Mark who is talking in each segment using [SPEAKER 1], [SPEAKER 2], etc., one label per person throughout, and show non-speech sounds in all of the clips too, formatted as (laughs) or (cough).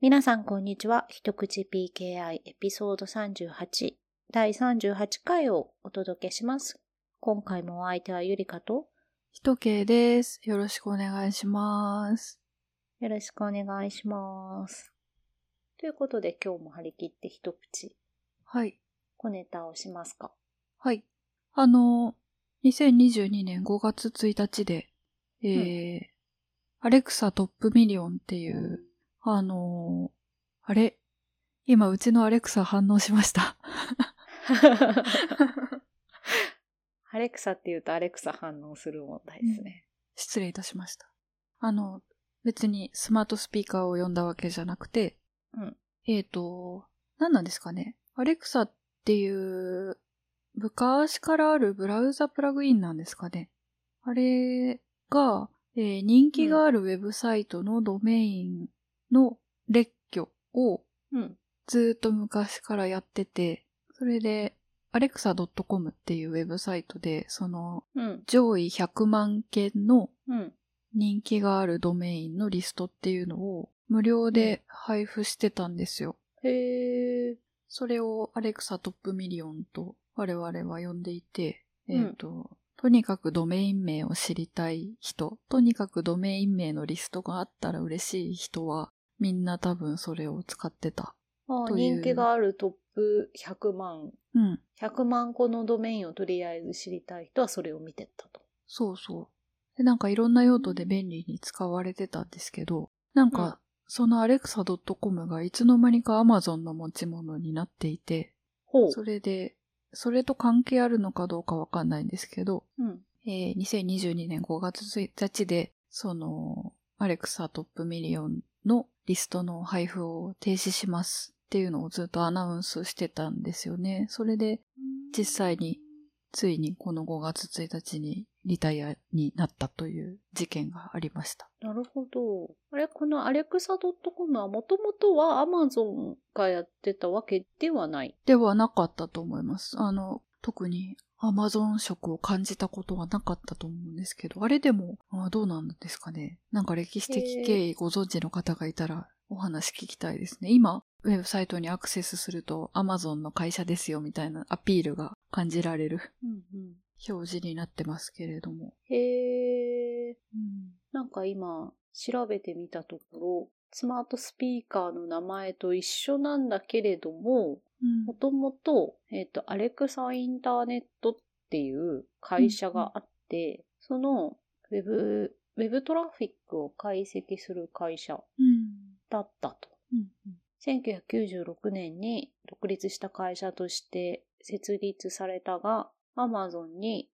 [SPEAKER 1] 皆さん、こんにちは。一口 PKI エピソード38、第38回をお届けします。今回もお相手はゆりかと、
[SPEAKER 2] ひとけいです。よろしくお願いします。
[SPEAKER 1] よろしくお願いします。ということで、今日も張り切って一口、
[SPEAKER 2] はい。
[SPEAKER 1] 小ネタをしますか。 (laughs)
[SPEAKER 2] はい。あの、2022年5月1日で、えーアレクサトップミリオンっていう、あのーあれ今、うちのアレクサ反応しました。
[SPEAKER 1] アレクサって言うとアレクサ反応する問題ですね。
[SPEAKER 2] 失礼いたしました。あの、別にスマートスピーカーを呼んだわけじゃなくて、
[SPEAKER 1] うん
[SPEAKER 2] えっ、と、何なんですかね。アレクサっていう、昔からあるブラウザプラグインなんですかね。あれが、えー人気があるウェブサイトのドメインの列挙を
[SPEAKER 1] うん。
[SPEAKER 2] ずーっと昔からやってて、それで alexa.com っていうウェブサイトで、その
[SPEAKER 1] うん。
[SPEAKER 2] 上位100万件の
[SPEAKER 1] うん。
[SPEAKER 2] 人気があるドメインのリストっていうのを無料で配布してたんですよ。
[SPEAKER 1] へー。
[SPEAKER 2] それをアレクサトップミリオンと我々は呼んでいて、
[SPEAKER 1] うん
[SPEAKER 2] えっ、と、とにかくドメイン名を知りたい人、とにかくドメイン名のリストがあったら嬉しい人は、みんな多分それを使ってた。
[SPEAKER 1] あー
[SPEAKER 2] という
[SPEAKER 1] 人気があるトップ100万。
[SPEAKER 2] うん。
[SPEAKER 1] 100万個のドメインをとりあえず知りたい人はそれを見てったと。
[SPEAKER 2] そうそう。で、なんかいろんな用途で便利に使われてたんですけど、なん
[SPEAKER 1] うん
[SPEAKER 2] か、その alexa.com がいつの間にか Amazon の持ち物になっていて、
[SPEAKER 1] ほう。
[SPEAKER 2] それで、それと関係あるのかどうかわかんないんですけど、
[SPEAKER 1] うん。
[SPEAKER 2] えー2022年5月1日で、その、アレクサトップミリオンのリストの配布を停止しますっていうのをずっとアナウンスしてたんですよね。それで、実際に、ついにこの5月1日にリタイアになったという事件がありました。
[SPEAKER 1] なるほど。あれ、このアレクサ .com はもともとは Amazon がやってたわけではない。
[SPEAKER 2] ではなかったと思います。あの、特に Amazon 色を感じたことはなかったと思うんですけど、あれでも、あどうなんですかね。なんか歴史的経緯ご存知の方がいたらお話聞きたいですね。今、ウェブサイトにアクセスすると Amazon の会社ですよみたいなアピールが感じられる (laughs)
[SPEAKER 1] うんうん。
[SPEAKER 2] 表示になってますけれども。
[SPEAKER 1] へー。
[SPEAKER 2] うん
[SPEAKER 1] なんか今、調べてみたところ、スマートスピーカーの名前と一緒なんだけれども、もともと、えっ、と、アレクサインターネットっていう会社があって、そのウェブ、ウェブトラフィックを解析する会社
[SPEAKER 2] うん
[SPEAKER 1] だったと。
[SPEAKER 2] うん
[SPEAKER 1] 1996年に独立した会社として設立されたが、アマゾンに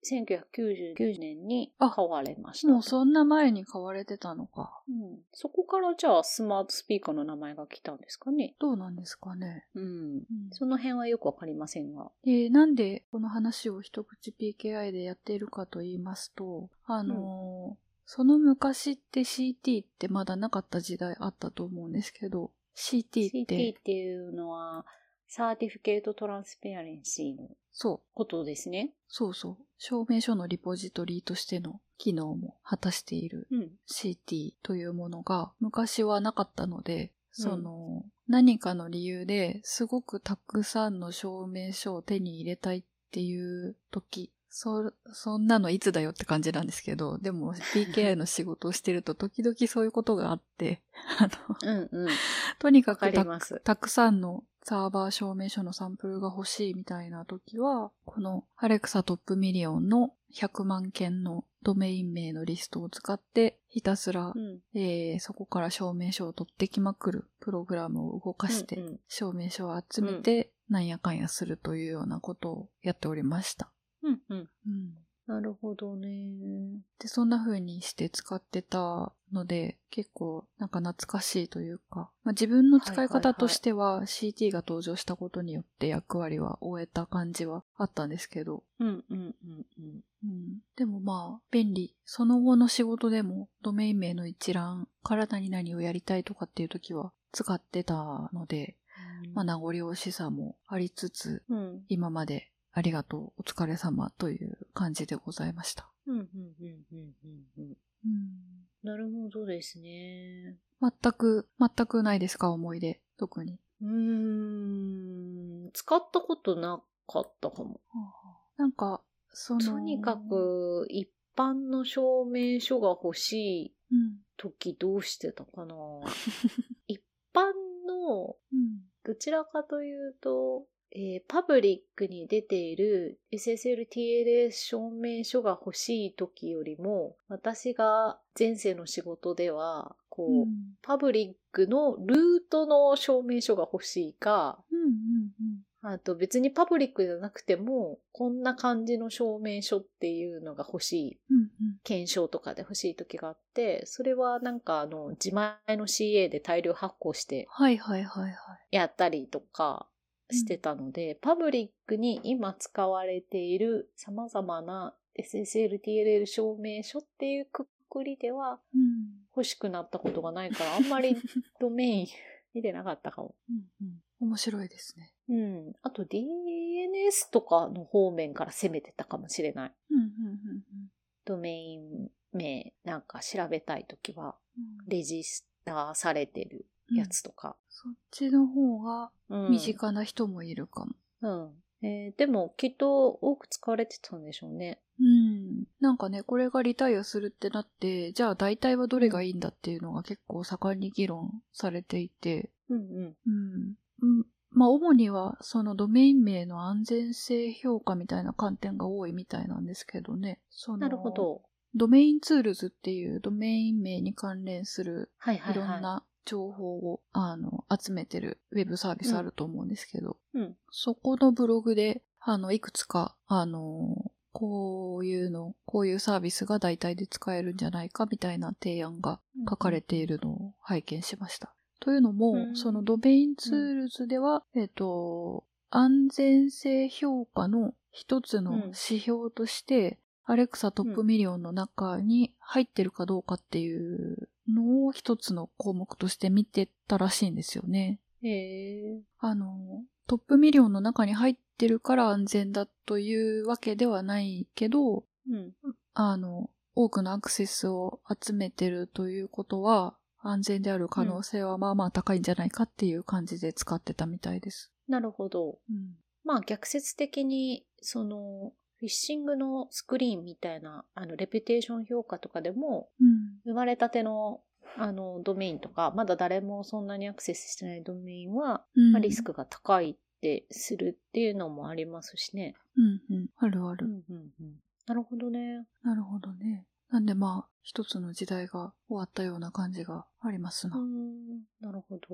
[SPEAKER 1] 1999年に
[SPEAKER 2] あ
[SPEAKER 1] 買われましたと。
[SPEAKER 2] もうそんな前に買われてたのか。
[SPEAKER 1] うんそこからじゃあスマートスピーカーの名前が来たんですかね。
[SPEAKER 2] どうなんですかね。
[SPEAKER 1] うん。
[SPEAKER 2] うん
[SPEAKER 1] その辺はよくわかりませんが。
[SPEAKER 2] えーなんでこの話を一口 PKI でやっているかと言いますと、あのーその昔って CT ってまだなかった時代あったと思うんですけど、CT っ
[SPEAKER 1] CT
[SPEAKER 2] て
[SPEAKER 1] っ、ていうのは、サーティフィケートトランスペアレンシーの
[SPEAKER 2] そう、
[SPEAKER 1] ことですね。
[SPEAKER 2] そうそう、証明書のリポジトリとしての機能も果たしている
[SPEAKER 1] うん。
[SPEAKER 2] CT というものが昔はなかったので、その、何かの理由ですごくたくさんの証明書を手に入れたいっていう時、そ、そんなのいつだよって感じなんですけど、でも
[SPEAKER 1] (laughs)
[SPEAKER 2] PKI の仕事をしてると時々そういうことがあって、あ
[SPEAKER 1] うん
[SPEAKER 2] の、
[SPEAKER 1] うん。
[SPEAKER 2] とに
[SPEAKER 1] わ
[SPEAKER 2] か
[SPEAKER 1] か
[SPEAKER 2] く
[SPEAKER 1] り
[SPEAKER 2] た
[SPEAKER 1] ます。
[SPEAKER 2] たくさんのサーバー証明書のサンプルが欲しいみたいな時は、このアレクサトップミリオンの100万件のドメイン名のリストを使って、ひたすら、
[SPEAKER 1] うん。
[SPEAKER 2] えーそこから証明書を取ってきまくるプログラムを動かして、
[SPEAKER 1] うんうん
[SPEAKER 2] 証明書を集めて、なんやかんやするというようなことをやっておりました。
[SPEAKER 1] うんうん。
[SPEAKER 2] うん
[SPEAKER 1] なるほどね。
[SPEAKER 2] で、そんな風にして使ってたので、結構なんか懐かしいというか、まあ、自分の使い方としては CT が登場したことによって役割は終えた感じはあったんですけど、
[SPEAKER 1] うんうんうんうん。
[SPEAKER 2] うん、でもまあ、便利。その後の仕事でも、ドメイン名の一覧から何々をやりたいとかっていう時は使ってたので、まあ、名残惜しさもありつつ、
[SPEAKER 1] うん。
[SPEAKER 2] 今までありがとう、お疲れ様という感じでございました。
[SPEAKER 1] うんうんうんうんうんうん。
[SPEAKER 2] うん
[SPEAKER 1] なるほどですね。
[SPEAKER 2] 全く、全くないですか思い出。特に。
[SPEAKER 1] うーん、使ったことなかったかも。
[SPEAKER 2] なんか、その。
[SPEAKER 1] とにか、く、一般の証明書が欲しい
[SPEAKER 2] うん。
[SPEAKER 1] 時どうしてたかな一般の、
[SPEAKER 2] うん。
[SPEAKER 1] どちらかというと、えーパブリックに出ている SSLTLS 証明書が欲しい時よりも、私が前世の仕事では、こう、
[SPEAKER 2] うん。
[SPEAKER 1] パブリックのルートの証明書が欲しいか、
[SPEAKER 2] うん。うん。
[SPEAKER 1] あと別にパブリックじゃなくても、こんな感じの証明書っていうのが欲しい、
[SPEAKER 2] うん。うん。
[SPEAKER 1] 検証とかで欲しい時があって、それはなんかあの、自前の CA で大量発行して
[SPEAKER 2] はいはいはいはい。
[SPEAKER 1] やったりとかしてたので、パブリックに今使われている様々な SSLTLL 証明書っていうくくりでは
[SPEAKER 2] うん。
[SPEAKER 1] 欲しくなったことがないから、あんま
[SPEAKER 2] (laughs)
[SPEAKER 1] りドメイン見てなかったかも。
[SPEAKER 2] うん。うん。面白いですね。
[SPEAKER 1] うん。あと DNS とかの方面から攻めてたかもしれない。
[SPEAKER 2] うん。うん。
[SPEAKER 1] ドメイン名なんか調べたいときは、
[SPEAKER 2] うん。
[SPEAKER 1] レジスターされてるやつとか。
[SPEAKER 2] そっちの方が
[SPEAKER 1] うん
[SPEAKER 2] 身近な人もいるかも。
[SPEAKER 1] うん。えーでもきっと多く使われてたんでしょうね。
[SPEAKER 2] うん。なんかね、これがリタイアするってなって、じゃあ大体はどれがいいんだっていうのが結構盛んに議論されていて、
[SPEAKER 1] うんうん。
[SPEAKER 2] うん。うんまあ、主には、そのドメイン名の安全性評価みたいな観点が多いみたいなんですけどね。その
[SPEAKER 1] なるほ。ど。
[SPEAKER 2] ドメインツールズっていうドメイン名に関連する
[SPEAKER 1] はいはいい
[SPEAKER 2] ろ
[SPEAKER 1] はい。
[SPEAKER 2] んな情報を、あの集めてるウェブサービスあると思うんですけど、
[SPEAKER 1] うん
[SPEAKER 2] そこのブログであのいくつかあのこういうのこういうサービスが大体で使えるんじゃないかみたいな提案が書かれているのを拝見しました。というのも、
[SPEAKER 1] うん
[SPEAKER 2] そのドメインツールズでは、えっ、と、安全性評価の一つの
[SPEAKER 1] うん
[SPEAKER 2] 指標として、アレクサトップミリオンの中に入ってるかどうかっていうのを一つの項目として見てたらしいんですよね。
[SPEAKER 1] へえ
[SPEAKER 2] あの、トップミリオンの中に入ってるから安全だというわけではないけど、
[SPEAKER 1] うん。
[SPEAKER 2] あの、多くのアクセスを集めてるということは、安全である可能性はまあまあ高いんじゃないかっていう感じで使ってたみたいです。
[SPEAKER 1] なるほど。
[SPEAKER 2] うん。
[SPEAKER 1] まあ逆説的に、その、フィッシングのスクリーンみたいな、あの、レピュテーション評価とかでも、
[SPEAKER 2] うん。
[SPEAKER 1] 生まれたての、あの、ドメインとか、まだ誰もそんなにアクセスしてないドメインは、
[SPEAKER 2] うん
[SPEAKER 1] まあ、リスク。が高いってするっていうのもありますしね。
[SPEAKER 2] うんうん。あるあ
[SPEAKER 1] う
[SPEAKER 2] る。
[SPEAKER 1] んうんうん。なるほどね。
[SPEAKER 2] なるほどね。なんでまあ、一つの時代が終わったような感じがあります
[SPEAKER 1] う
[SPEAKER 2] な。
[SPEAKER 1] ん、なるほど。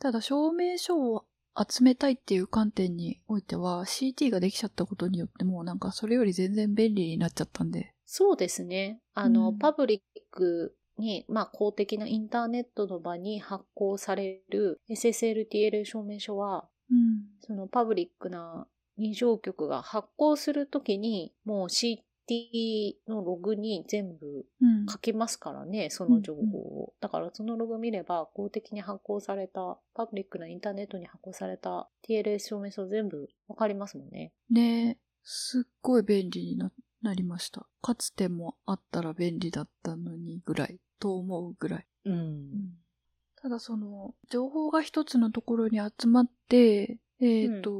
[SPEAKER 2] ただ、証明書を集めたいっていう観点においては、CT ができちゃったことによってもうなんかそれより全然便利になっちゃったんで。
[SPEAKER 1] そうですね。あの、
[SPEAKER 2] うん
[SPEAKER 1] パブリックに、まあ、公的なインターネットの場に発行される SSLTL 証明書は、
[SPEAKER 2] うん。
[SPEAKER 1] そのパブリックな認証局が発行するときに、もう CT のログに全部
[SPEAKER 2] うん。
[SPEAKER 1] 書きますからね、その情報を。だからそのログ見れば、公的に発行された、パブリックなインターネットに発行された TLS 証明書全部わかりますもんね。
[SPEAKER 2] ねえ、すっごい便利にななりました。かつてもあったら便利だったのにぐらい、と思うぐらい。
[SPEAKER 1] うん
[SPEAKER 2] ただその、情報が一つのところに集まって、えっ、と、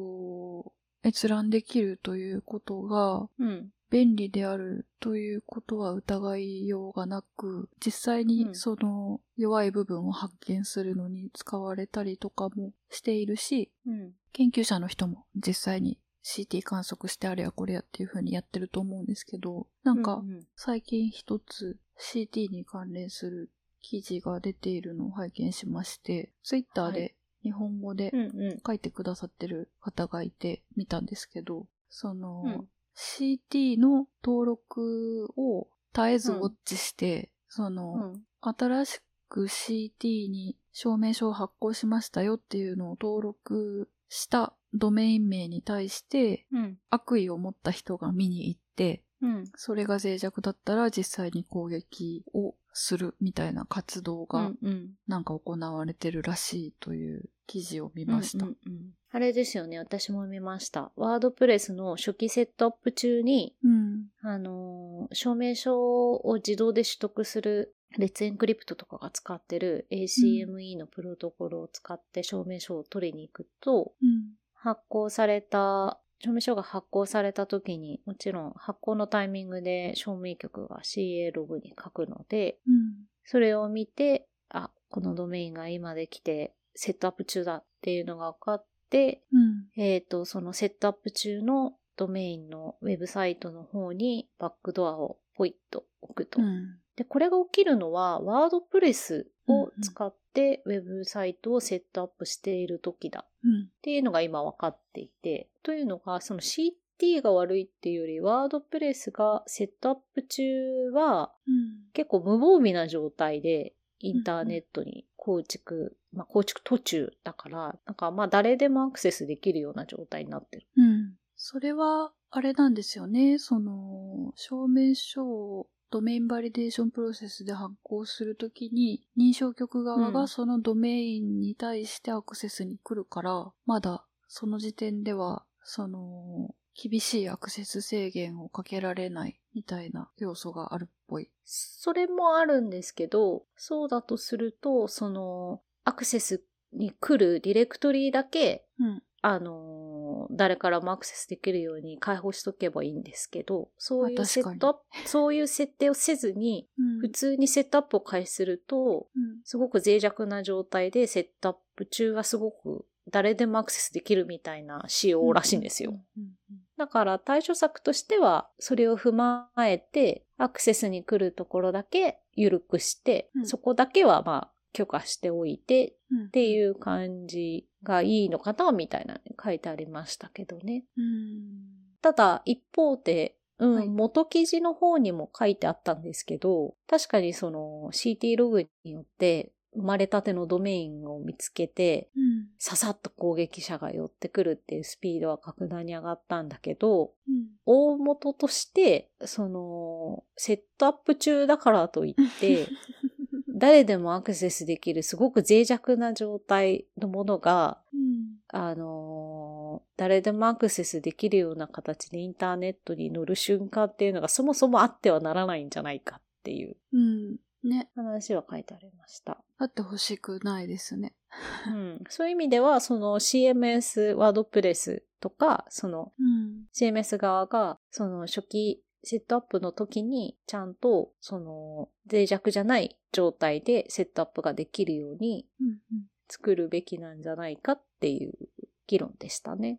[SPEAKER 2] 閲覧できるということが、
[SPEAKER 1] うん。
[SPEAKER 2] 便利であるということは疑いようがなく、実際
[SPEAKER 1] う
[SPEAKER 2] に
[SPEAKER 1] ん
[SPEAKER 2] その弱い部分を発見するのに使われたりとかもしているし、
[SPEAKER 1] うん。
[SPEAKER 2] 研究者の人も実際に CT 観測してあれやこれやっていう風にやってると思うんですけど、なん
[SPEAKER 1] う
[SPEAKER 2] か
[SPEAKER 1] んうん
[SPEAKER 2] 最近一つ CT に関連する記事が出ているのを拝見しまして、Twitter
[SPEAKER 1] は
[SPEAKER 2] で日本語で
[SPEAKER 1] うんうん。
[SPEAKER 2] 書いてくださってる方がいて見たんですけど、その、
[SPEAKER 1] うん
[SPEAKER 2] CT の登録を絶えずウォッチして、その、
[SPEAKER 1] うん
[SPEAKER 2] 新しく CT に証明書を発行しましたよっていうのを登録したドメイン名に対して
[SPEAKER 1] うん。
[SPEAKER 2] 悪意を持った人が見に行って、
[SPEAKER 1] うん。
[SPEAKER 2] それが脆弱だったら実際に攻撃をするみたいな活動
[SPEAKER 1] う
[SPEAKER 2] が
[SPEAKER 1] んうん
[SPEAKER 2] なんか行われてるらしいという記事を見ました。
[SPEAKER 1] うんうんうんあれですよね、私も見ました。ワードプレスの初期セットアップ中に、
[SPEAKER 2] うん。
[SPEAKER 1] あのー証明書を自動で取得する列エンクリプトとかが使ってる ACME のプロトコルを使って証明書を取りに行くと、
[SPEAKER 2] うん。
[SPEAKER 1] 発行された、証明書が発行された時に、もちろん発行のタイミングで証明局が CA ログに書くので、
[SPEAKER 2] うん。
[SPEAKER 1] それを見て、あ、このドメインが今できて、セットアップ中だっていうのが分かって、
[SPEAKER 2] うん。
[SPEAKER 1] えっ、と、そのセットアップ中のドメインのウェブサイトの方にバックドアをポイッと置くと。
[SPEAKER 2] うん。
[SPEAKER 1] で、これが起きるのは、ワードプレスを使ってウェブサイトをセットアップしている時だ
[SPEAKER 2] うん。
[SPEAKER 1] っていうのが今分かっていて、というのが、その CT が悪いっていうより、ワードプレスがセットアップ中は
[SPEAKER 2] うん。
[SPEAKER 1] 結構無防備な状態でインターネットに構築、まあ構築途中だから、なんかまあ誰でもアクセスできるような状態になってる。
[SPEAKER 2] うん。それは、あれなんですよね。その、証明書をドメインバリデーションプロセスで発行するときに、認証局側
[SPEAKER 1] う
[SPEAKER 2] が
[SPEAKER 1] ん
[SPEAKER 2] そのドメインに対してアクセスに来るから、まだその時点では、その、厳しいアクセス制限をかけられないみたいな要素があるっぽい。
[SPEAKER 1] それもあるんですけど、そうだとすると、そのアクセスに来るディレクトリだけ、
[SPEAKER 2] うん。
[SPEAKER 1] あのー誰からもアクセスできるように開放しとけばいいんですけど、そういう
[SPEAKER 2] まあ
[SPEAKER 1] セ
[SPEAKER 2] 確か
[SPEAKER 1] ッ
[SPEAKER 2] に
[SPEAKER 1] トアッ
[SPEAKER 2] (laughs)
[SPEAKER 1] プ、そういう設定をせずに、
[SPEAKER 2] うん
[SPEAKER 1] 普通にセットアップを開始すると、
[SPEAKER 2] うん。
[SPEAKER 1] すごく脆弱な状態でセットアップ中はすごく誰でもアクセスできるみたいな仕様らしいんですよ。
[SPEAKER 2] うん。うん。
[SPEAKER 1] だから対処策としては、それを踏まえて、アクセスに来るところだけ緩くして、
[SPEAKER 2] うん
[SPEAKER 1] そこだけはまあ許可しておいてっ
[SPEAKER 2] うん。。
[SPEAKER 1] ていうう感じがいいのかなみたいなのに書いてありましたけどね。
[SPEAKER 2] うん。
[SPEAKER 1] ただ一方で、うん、
[SPEAKER 2] はい
[SPEAKER 1] 元記事の方にも書いてあったんですけど、確かにその CT ログによって生まれたてのドメインを見つけて、
[SPEAKER 2] うん。
[SPEAKER 1] ささっと攻撃者が寄ってくるっていうスピードは格段に上がったんだけど、
[SPEAKER 2] うん。
[SPEAKER 1] 大元として、その、セットアップ中だからといって、誰でもアクセスできるすごく脆弱な状態のものが、
[SPEAKER 2] うん。
[SPEAKER 1] あのー誰でもアクセスできるような形でインターネットに乗る瞬間っていうのがそもそもあってはならないんじゃないかっていう
[SPEAKER 2] うん。ね。
[SPEAKER 1] 話は書いてありました。
[SPEAKER 2] あってほしくないですね。
[SPEAKER 1] うん、そういう意味では、その CMS ワードプレスとか、その
[SPEAKER 2] うん。
[SPEAKER 1] CMS 側が、その初期セットアップの時に、ちゃんと、その脆弱じゃない状態でセットアップができるように
[SPEAKER 2] うん。
[SPEAKER 1] 作るべきなんじゃないかっていう議論でしたね。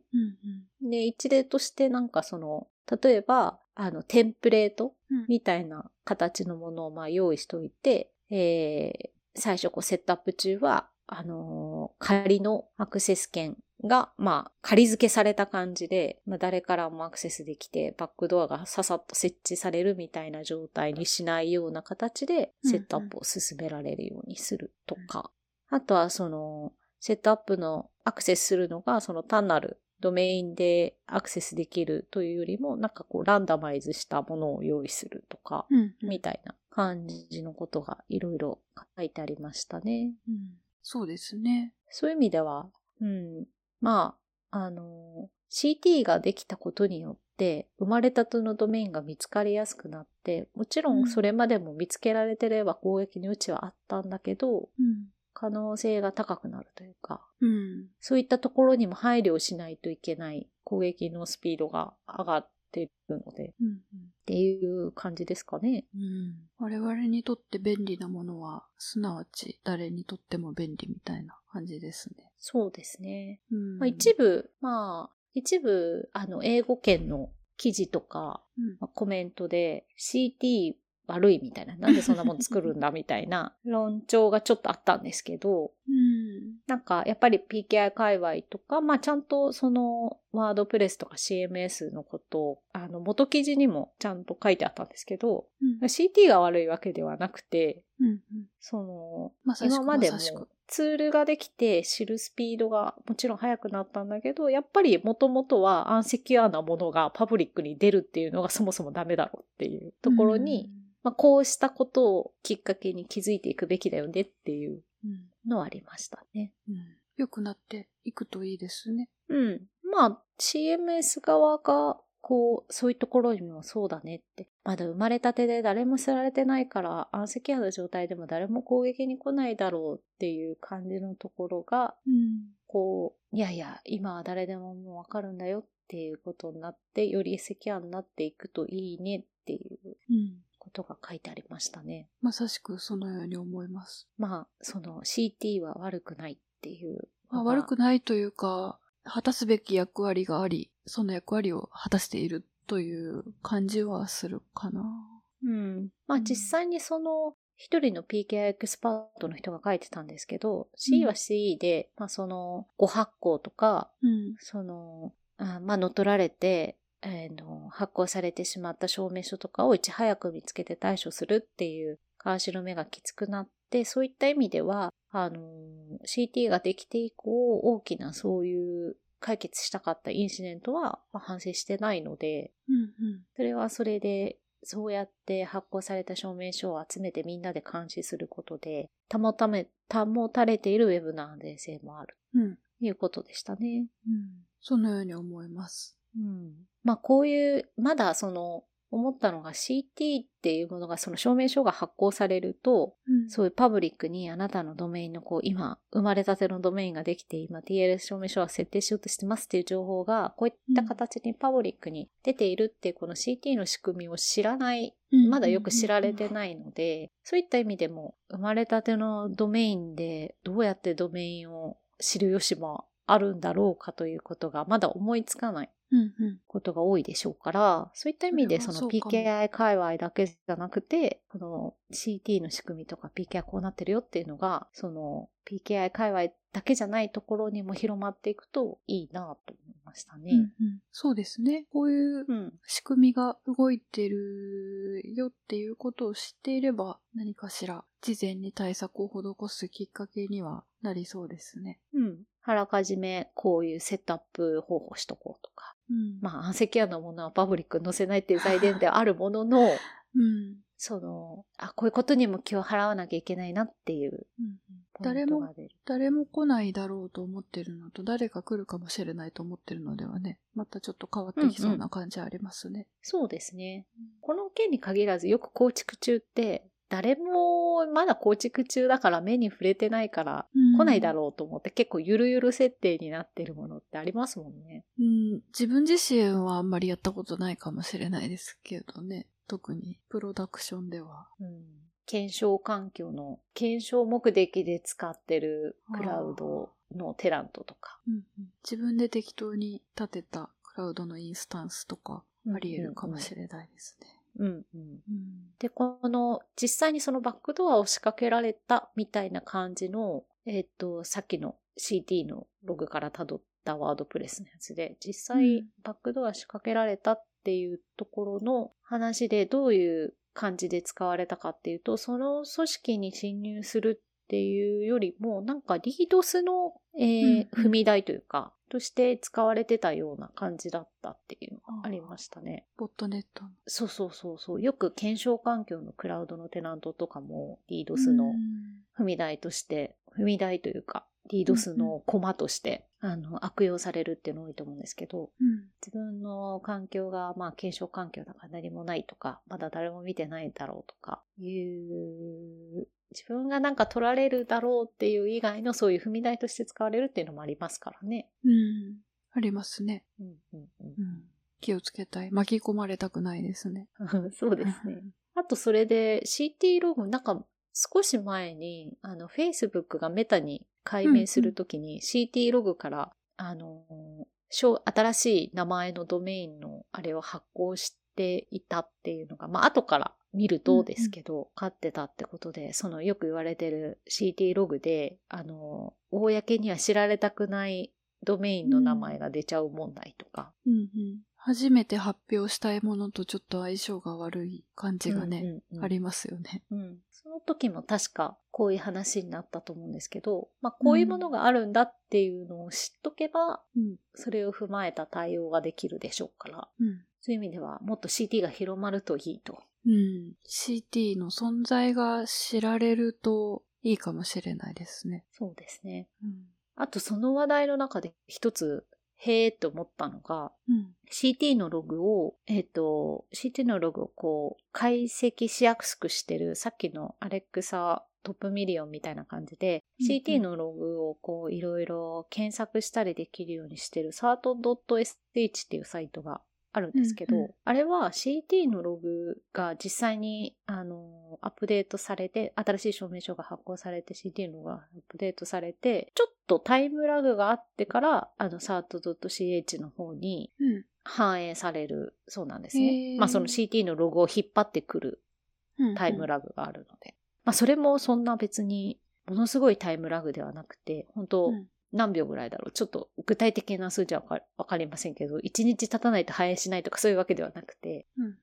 [SPEAKER 2] うん。
[SPEAKER 1] で、一例としてなんかその、例えば、あの、テンプレート
[SPEAKER 2] うん。
[SPEAKER 1] みたいな形のものをまあ用意しといて、えー最初こうセットアップ中は、あのー仮のアクセス権が、まあ、仮付けされた感じで、まあ、誰からもアクセスできて、バックドアがささっと設置されるみたいな状態にしないような形で、
[SPEAKER 2] うん
[SPEAKER 1] セットアップを進められるようにするとか、あとはその、セットアップのアクセスするのが、その単なるドメインでアクセスできるというよりも、なんかこうランダマイズしたものを用意するとか、
[SPEAKER 2] うん。
[SPEAKER 1] みたいな感じのことがいろいろ書いてありましたね。
[SPEAKER 2] うん。そうですね。
[SPEAKER 1] そういう意味では、うん、まあ、あの、CT ができたことによって、生まれたてのドメインが見つかりやすくなって、もちろ
[SPEAKER 2] うんん
[SPEAKER 1] それまでも見つけられてれば攻撃の余地はあったんだけど、
[SPEAKER 2] うん。
[SPEAKER 1] 可能性が高くなるというか、
[SPEAKER 2] うん。
[SPEAKER 1] そういったところにも配慮しないといけない攻撃のスピードが上がってるので、っ
[SPEAKER 2] うん。
[SPEAKER 1] ていう感じですかね。
[SPEAKER 2] うん。我々にとって便利なものは、すなわち誰にとっても便利みたいな感じですね。
[SPEAKER 1] そうですね。
[SPEAKER 2] うん。
[SPEAKER 1] まあ、一部、まあ、一部、あの、英語圏の記事とか、
[SPEAKER 2] うん。
[SPEAKER 1] まあコメントで CT 悪いみたいな、なんでそんなもの作るんだみたい
[SPEAKER 2] (laughs)
[SPEAKER 1] な論調がちょっとあったんですけど、
[SPEAKER 2] うん。
[SPEAKER 1] なんかやっぱり PKI 界隈とか、まあちゃんとそのワードプレスとか CMS のことを、あの元記事にもちゃんと書いてあったんですけど、
[SPEAKER 2] うん。
[SPEAKER 1] CT が悪いわけではなくて、
[SPEAKER 2] うん。
[SPEAKER 1] その、
[SPEAKER 2] まさしく
[SPEAKER 1] 今までも
[SPEAKER 2] まさしく
[SPEAKER 1] ツールができて知るスピードがもちろん速くなったんだけど、やっぱりもともとはアンセキュアなものがパブリックに出るっていうのがそもそもダメだろうっていうところに、まあこうしたことをきっかけに気づいていくべきだよねっていう
[SPEAKER 2] うん、うん。
[SPEAKER 1] のはありましたね。
[SPEAKER 2] うん。良くなっていくといいですね。
[SPEAKER 1] うん。まあ CMS 側がこう、そういうところにもそうだねって。まだ生まれたてで誰も知られてないから、アンセキュアな状態でも誰も攻撃に来ないだろうっていう感じのところが、
[SPEAKER 2] うん、
[SPEAKER 1] こう、いやいや、今は誰でももうわかるんだよっていうことになって、よりセキュアになっていくといいねっていうことが書いてありましたね。
[SPEAKER 2] まさしくそのように思います。
[SPEAKER 1] まあ、その CT は悪くないっていう。
[SPEAKER 2] まあ、悪くないというか、果たすべき役割があり、その役割を果たしているという感じはするかな。
[SPEAKER 1] うん。まあ実際にその一人の PKI エクスパートの人が書いてたんですけど、うん、C は C で、まあその誤発行とか、
[SPEAKER 2] うん、
[SPEAKER 1] その、あまあ乗っ取られて、えーの、発行されてしまった証明書とかをいち早く見つけて対処するっていう、川代目がきつくなって、そういった意味では、あのー、CT ができて以降、大きなそういう解決したかったインシデントは、まあ、反省してないので、
[SPEAKER 2] うんうん、
[SPEAKER 1] それはそれで、そうやって発行された証明書を集めてみんなで監視することで、保ため、保たれているウェブな安全性もある。
[SPEAKER 2] うん。
[SPEAKER 1] いうことでしたね。
[SPEAKER 2] うん。そのように思います。
[SPEAKER 1] うん。まあ、こういう、まだその、思ったのが CT っていうものがその証明書が発行されると、
[SPEAKER 2] うん、
[SPEAKER 1] そういうパブリックにあなたのドメインのこう今生まれたてのドメインができて今 TLS 証明書は設定しようとしてますっていう情報がこういった形にパブリックに出ているっていうこの CT の仕組みを知らない、うん、まだよく知られてないので、うん、そういった意味でも生まれたてのドメインでどうやってドメインを知る由もあるんだろうかということがまだ思いつかない
[SPEAKER 2] うんうん、
[SPEAKER 1] ことが多いでしょうから、そういった意味でその PKI 界隈だけじゃなくて、この CT の仕組みとか PKI こうなってるよっていうのが、その PKI 界隈だけじゃないところにも広まっていくといいなと思いましたね。
[SPEAKER 2] うんうん、そうですね。こういう仕組みが動いてるよっていうことを知っていれば、何かしら事前に対策を施すきっかけにはなりそうですね。
[SPEAKER 1] うん。あらかじめこういうセットアップ方法しとこうとか、
[SPEAKER 2] うん、
[SPEAKER 1] まあ、アンセキュアのものはパブリックに載せないっていう財伝ではあるものの、
[SPEAKER 2] うん、
[SPEAKER 1] その、あ、こういうことにも気を払わなきゃいけないなっていう、
[SPEAKER 2] うん、誰も、誰も来ないだろうと思ってるのと、誰が来るかもしれないと思ってるのではね、またちょっと変わってきそうな感じありますね。うんうん、
[SPEAKER 1] そうですね。この件に限らず、よく構築中って、誰もまだ構築中だから目に触れてないから来ないだろうと思って、うん、結構ゆるゆる設定になってるものってありますもんね。
[SPEAKER 2] うん、自分自身はあんまりやったことないかもしれないですけどね。特にプロダクションでは。
[SPEAKER 1] うん、検証環境の、検証目的で使ってるクラウドのテラントとか。
[SPEAKER 2] うん、自分で適当に立てたクラウドのインスタンスとかあり得るかもしれないですね。うんうんうん
[SPEAKER 1] うんうん、で、この、実際にそのバックドアを仕掛けられたみたいな感じの、えっ、ー、と、さっきの CT のログから辿ったワードプレスのやつで、実際バックドア仕掛けられたっていうところの話でどういう感じで使われたかっていうと、その組織に侵入するっていうよりも、なんかリードスの、えー、踏み台というか、として使われてたような感じだったっていうのがありましたね。
[SPEAKER 2] ボットネット。
[SPEAKER 1] そうそうそうそう。よく検証環境のクラウドのテナントとかも、リードスの踏み台として、踏み台というか、リードスの駒として、うんうん、あの、悪用されるっていうの多いと思うんですけど、
[SPEAKER 2] うん、
[SPEAKER 1] 自分の環境が、まあ、検証環境だから何もないとか、まだ誰も見てないだろうとか、いう自分がなんか取られるだろうっていう以外のそういう踏み台として使われるっていうのもありますからね。
[SPEAKER 2] うん。ありますね。、
[SPEAKER 1] うんうんうん。うん
[SPEAKER 2] 気をつけたい。巻き込まれたくないですね。
[SPEAKER 1] (laughs) そうですね。あとそれで CT ログ、なんか少し前に、あの、Facebook がメタに解明するときに CT ログから、うんうん、あの、新しい名前のドメインのあれを発行していたっていうのが、まあ、後から見るとですけど、飼、うん、ってたってことで、そのよく言われてる CT ログで、あの、公には知られたくないドメインの名前が出ちゃう問題とか。
[SPEAKER 2] うんうん、初めて発表したいものとちょっと相性が悪い感じがね、うんうんうん、ありますよね、
[SPEAKER 1] うん。その時も確かこういう話になったと思うんですけど、まあこういうものがあるんだっていうのを知っとけば、
[SPEAKER 2] うん、
[SPEAKER 1] それを踏まえた対応ができるでしょうから、
[SPEAKER 2] うん、
[SPEAKER 1] そういう意味ではもっと CT が広まるといいと
[SPEAKER 2] うん。CT の存在が知られるといいかもしれないですね。
[SPEAKER 1] そうですね。
[SPEAKER 2] うん、
[SPEAKER 1] あとその話題の中で一つへえと思ったのが、
[SPEAKER 2] うん。
[SPEAKER 1] CT のログを、えっ、と、CT のログをこう、解析しやすくしてる、さっきのアレックサトップミリオンみたいな感じで、
[SPEAKER 2] うんうん
[SPEAKER 1] CT のログをこう、いろいろ検索したりできるようにしてる、cert.sh っていうサイトがあるんですけど、
[SPEAKER 2] うんうん
[SPEAKER 1] あれは CT のログが実際に、あの、アップデートされて、新しい証明書が発行されて CT のログがアップデートされて、ちょっとタイムラグがあってから、あの、cert.ch の方に
[SPEAKER 2] うん。
[SPEAKER 1] 反映されるそうなんです
[SPEAKER 2] へ
[SPEAKER 1] ね
[SPEAKER 2] ー。
[SPEAKER 1] まあその CT のログを引っ張ってくる
[SPEAKER 2] うん。
[SPEAKER 1] タイムラグがあるので。まあそれもそんな別にものすごいタイムラグではなくて、本当
[SPEAKER 2] うん
[SPEAKER 1] 何秒ぐらいだろう。ちょっと具体的な数字はわかわかりませんけど、1日経たないと反映しないとかそういうわけではなくて、
[SPEAKER 2] うん。うん。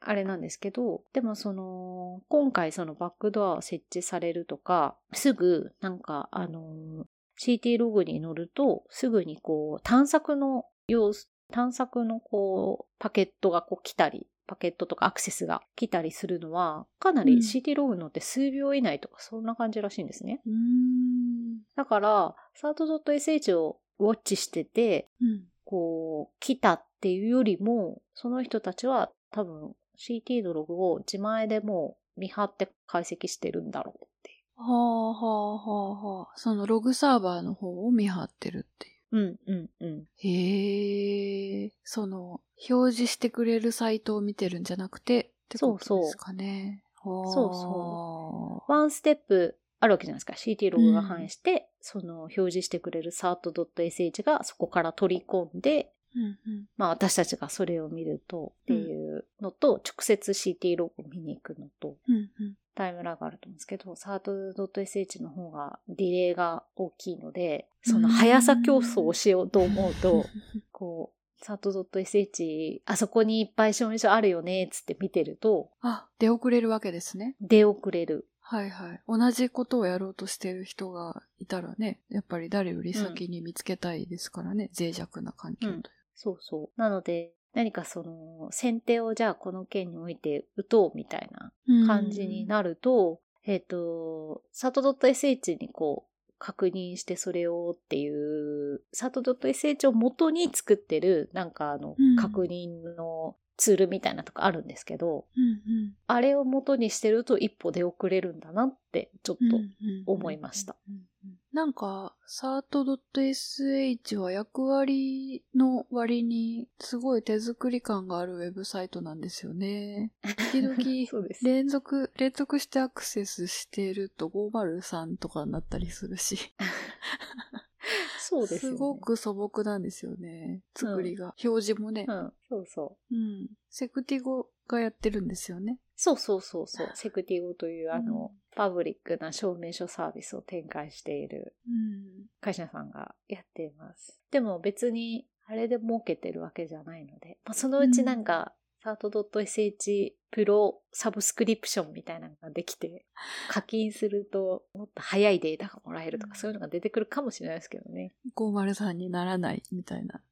[SPEAKER 1] あれなんですけど、でもその、今回そのバックドアを設置されるとか、すぐなんかあの、CT ログに乗ると、すぐにこう、探索の様子、探索のこう、パケットがこう来たり、パケットとかアクセスが来たりするのは、かな
[SPEAKER 2] う
[SPEAKER 1] り
[SPEAKER 2] ん
[SPEAKER 1] CT ログに乗って数秒以内とか、そんな感じらしいんですね。
[SPEAKER 2] うーん。
[SPEAKER 1] だから、cert.sh をウォッチしてて、
[SPEAKER 2] うん。
[SPEAKER 1] こう、来たっていうよりも、その人たちは多分 CT のログを自前でもう見張って解析してるんだろうってい
[SPEAKER 2] はあはあはあはあ。そのログサーバーの方を見張ってるっていう。
[SPEAKER 1] う。うんうんうん。
[SPEAKER 2] へえ、その、表示してくれるサイトを見てるんじゃなくて、ってことですかね。そう
[SPEAKER 1] そワンステップあるわけじゃないですか。CT ログが反映して、その表示してくれる cert.sh がそこから取り込んで、
[SPEAKER 2] う。うんうん。
[SPEAKER 1] まあ私たちがそれを見るとっていうのと、直接 CT ログを見に行くのと、
[SPEAKER 2] うんうん。
[SPEAKER 1] タイムラグあると思うんですけど、cert.sh の方がディレイが大きいので、その速さ競争をしようと思うと、こう、cert.sh、あそこにいっぱい証明書あるよね、つって見てると、
[SPEAKER 2] (laughs) あ、出遅れるわけですね。
[SPEAKER 1] 出遅れる。
[SPEAKER 2] はいはい。同じことをやろうとしてる人がいたらね、やっぱり誰より先に見つけたいですからね、脆弱な環境という。
[SPEAKER 1] そうそう。なので、何かその、選定をじゃあこの件において打とうみたいな感じになると、えっ、と、sato.sh にこう、確認してそれをっていう、sato.sh を元に作ってる、なんかあの
[SPEAKER 2] うん、
[SPEAKER 1] 確認のツールみたいなとこあるんですけど、
[SPEAKER 2] うんうん。
[SPEAKER 1] あれを元にしてると一歩出遅れるんだなって、ちょっと。思いました
[SPEAKER 2] うんうんうん。なんか、cert.sh は役割の割にすごい手作り感があるウェブサイトなんですよね。
[SPEAKER 1] (laughs)
[SPEAKER 2] 時々
[SPEAKER 1] そうです。
[SPEAKER 2] 連続、連続してアクセスしてると503とかになったりするし、
[SPEAKER 1] そうですよね。
[SPEAKER 2] ご。く素朴なんですよね。作りが。表示もね、
[SPEAKER 1] うん、そうそう。
[SPEAKER 2] うん。セクティゴがやってるんですよね。
[SPEAKER 1] そうそうそうそう。セクティゴという、あの、
[SPEAKER 2] うん
[SPEAKER 1] パブリックな証明書サービスを展開している
[SPEAKER 2] うん。
[SPEAKER 1] 会社さんがやっています。でも別にあれで儲けてるわけじゃないので、まあ、そのうちなんか、サート .sh プロサブスクリプションみたいなのができて、課金するともっと早いデータがもらえるとかそういうのが出てくるかもしれないですけどね。
[SPEAKER 2] 503にならないみたいな。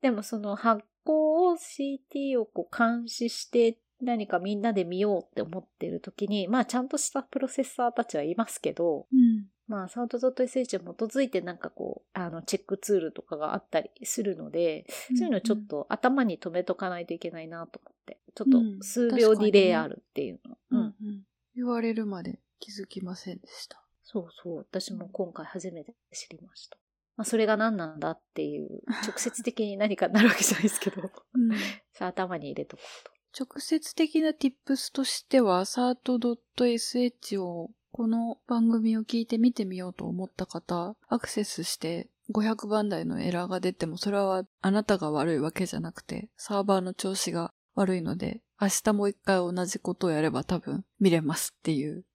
[SPEAKER 1] でもその発行を CT をこう監視して何かみんなで見ようって思ってる時に、まあちゃんとしたプロセッサーたちはいますけど、
[SPEAKER 2] うん。
[SPEAKER 1] まあ、サウンド .sh に基づいてなんかこう、あの、チェックツールとかがあったりするので、そういうのちょっと頭に留めとかないといけないなと思って、ちょっ
[SPEAKER 2] うん
[SPEAKER 1] と数秒ディレイあるっていうの。う
[SPEAKER 2] う
[SPEAKER 1] んん、
[SPEAKER 2] うん言われるまで気づきませんでした。
[SPEAKER 1] そうそう。私も今回初めて知りました。まあ、それが何なんだっていう、直接的に何かになるわけじゃないですけど、さあ頭に入れとこうと。
[SPEAKER 2] 直接的な tips としては、assert.sh をこの番組を聞いて見てみようと思った方、アクセスして500番台のエラーが出ても、それはあなたが悪いわけじゃなくて、サーバーの調子が悪いので、明日もう一回同じことをやれば多分見れますっていう、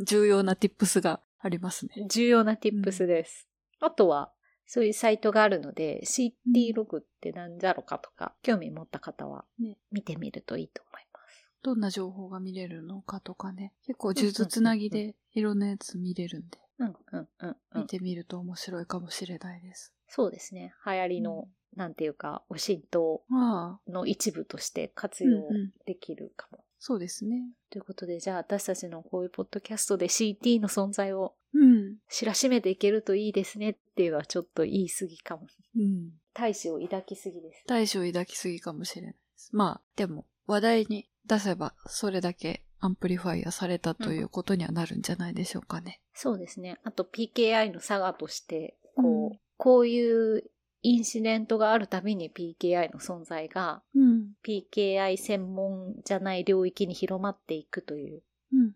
[SPEAKER 2] 重要な tips がありますね。
[SPEAKER 1] 重要な tips です。あとは、そういうサイトがあるので、CT ログって何じゃろかとか、興味持った方は
[SPEAKER 2] ね
[SPEAKER 1] 見てみるといいと思います。
[SPEAKER 2] どんな情報が見れるのかとかね。結構、数珠つなぎでいろんなやつ見れるんで、
[SPEAKER 1] うんうんうんう
[SPEAKER 2] 見
[SPEAKER 1] ん。
[SPEAKER 2] てみると面白いかもしれないです。
[SPEAKER 1] そうですね。流行りの、なんていうか、お浸透
[SPEAKER 2] まあ、
[SPEAKER 1] の一部として活用
[SPEAKER 2] うんうん
[SPEAKER 1] できるかも。
[SPEAKER 2] そうですね。
[SPEAKER 1] ということで、じゃあ私たちのこういうポッドキャストで CT の存在を
[SPEAKER 2] うん。
[SPEAKER 1] 知らしめていけるといいですねっていうのはちょっと言い過ぎかも。
[SPEAKER 2] うん。
[SPEAKER 1] 大志を抱きすぎです。
[SPEAKER 2] 大志を抱きすぎかもしれないです。まあ、でも、話題に出せば、それだけアンプリファイアされたということにはなるんじゃないでしょうかね。
[SPEAKER 1] そうですね。あと PKI の佐賀として、こう、
[SPEAKER 2] うん
[SPEAKER 1] こういうインシデントがあるたびに PKI の存在が、
[SPEAKER 2] うん。
[SPEAKER 1] PKI 専門じゃない領域に広まっていくという
[SPEAKER 2] うん。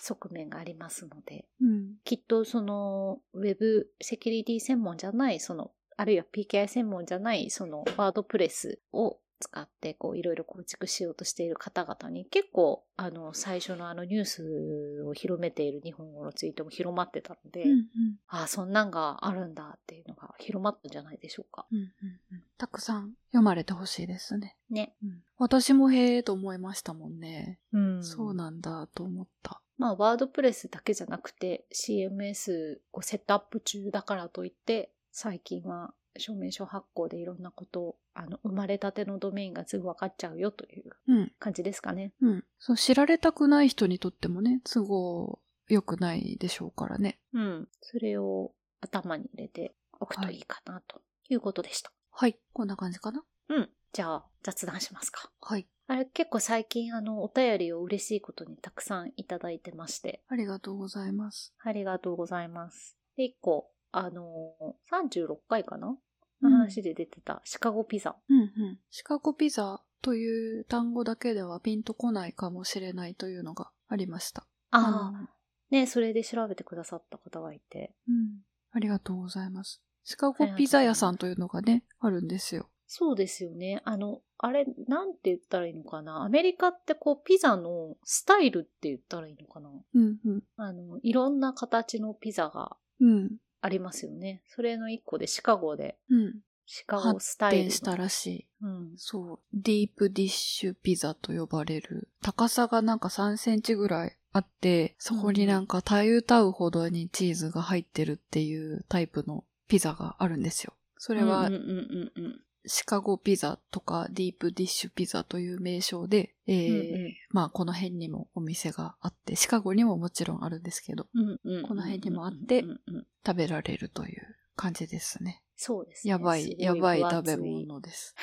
[SPEAKER 1] 側面がありますので、
[SPEAKER 2] うん。
[SPEAKER 1] きっとその、ウェブセキュリティ専門じゃない、その、あるいは PKI 専門じゃない、その、ワードプレスを使って、こう、いろいろ構築しようとしている方々に、結構、あの、最初のあのニュースを広めている日本語のツイートも広まってたので、
[SPEAKER 2] うん。
[SPEAKER 1] ああ、そんなんがあるんだっていうのが広まったんじゃないでしょうか。
[SPEAKER 2] うんうんうんたくさん読まれてほしいですね。
[SPEAKER 1] ね。
[SPEAKER 2] うん、私もへえと思いましたもんね。
[SPEAKER 1] うん
[SPEAKER 2] そうなんだと思った。
[SPEAKER 1] まあ、ワードプレスだけじゃなくて、CMS をセットアップ中だからといって、最近は証明書発行でいろんなことを、あの、生まれたてのドメインがすぐ分かっちゃうよという
[SPEAKER 2] うん。
[SPEAKER 1] 感じですかね。
[SPEAKER 2] うん。そう、知られたくない人にとってもね、都合良くないでしょうからね。
[SPEAKER 1] うん。それを頭に入れておくといいかな、ということでした。
[SPEAKER 2] はい。こんな感じかな。
[SPEAKER 1] うん。じゃあ、雑談しますか。
[SPEAKER 2] はい。
[SPEAKER 1] あれ、結構最近、あの、お便りを嬉しいことにたくさんいただいてまして、
[SPEAKER 2] ありがとうございます。
[SPEAKER 1] ありがとうございます。で、一個、あのー、36回かな
[SPEAKER 2] うん
[SPEAKER 1] の話で出てた、シカゴピザ。
[SPEAKER 2] うんうん。シカゴピザという単語だけではピンとこないかもしれないというのがありました。
[SPEAKER 1] あの。
[SPEAKER 2] の
[SPEAKER 1] ね、それで調べてくださった方がいて。
[SPEAKER 2] うん。ありがとうございます。シカゴピザ屋さんというのがね、あるんですよ。
[SPEAKER 1] そうですよね。あの、あれ、なんて言ったらいいのかなアメリカってこう、ピザのスタイルって言ったらいいのかな
[SPEAKER 2] うんうん。
[SPEAKER 1] あの、いろんな形のピザが
[SPEAKER 2] うん。
[SPEAKER 1] ありますよね。それの一個でシカゴで、
[SPEAKER 2] うん。
[SPEAKER 1] シカゴスタイル
[SPEAKER 2] で
[SPEAKER 1] の。
[SPEAKER 2] したらしい。
[SPEAKER 1] うん。
[SPEAKER 2] そう。ディープディッシュピザと呼ばれる。高さがなんか3センチぐらいあって、そこになんかたゆたうほどにチーズが入ってるっていうタイプのピザがあるんですよ。
[SPEAKER 1] こ
[SPEAKER 2] それは
[SPEAKER 1] うんうんうんうんうん。
[SPEAKER 2] シカゴピザとかディープディッシュピザという名称で、えー
[SPEAKER 1] うんうん
[SPEAKER 2] まあこの辺にもお店があって、シカゴにももちろんあるんですけど、
[SPEAKER 1] うんうんうんうん
[SPEAKER 2] この辺にもあって
[SPEAKER 1] うんうん
[SPEAKER 2] 食べられるという感じですね。
[SPEAKER 1] そうですね。
[SPEAKER 2] やば
[SPEAKER 1] す
[SPEAKER 2] い、
[SPEAKER 1] ご
[SPEAKER 2] やばい
[SPEAKER 1] 分
[SPEAKER 2] 食
[SPEAKER 1] 厚
[SPEAKER 2] べ物です。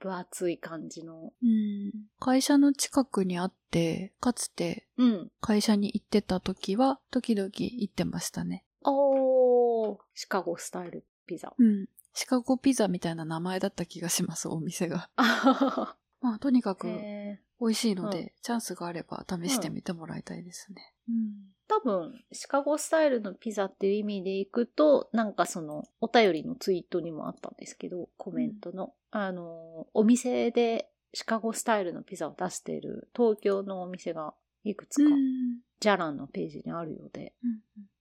[SPEAKER 1] 分厚い感じの。
[SPEAKER 2] うん会社の近くにあって、かつて
[SPEAKER 1] うん。
[SPEAKER 2] 会社に行ってた時は、時々行ってましたね。
[SPEAKER 1] おー、シカゴスタイルピ
[SPEAKER 2] (laughs)
[SPEAKER 1] ザ。
[SPEAKER 2] うん。シカゴピザみたいな名前だった気がします、お店が。
[SPEAKER 1] あはは
[SPEAKER 2] まあ、とにか
[SPEAKER 1] は
[SPEAKER 2] く
[SPEAKER 1] へー
[SPEAKER 2] 美味しいので、
[SPEAKER 1] う
[SPEAKER 2] チャンスがあれば試してみてもらいたいですね。
[SPEAKER 1] 多分、シカゴスタイルのピザっていう意味でいくと、なんかその、お便りのツイートにもあったんですけど、コメントの。あの、お店でシカゴスタイルのピザを出している東京のお店がいくつ
[SPEAKER 2] うん。
[SPEAKER 1] か、ジャランのページにあるようで、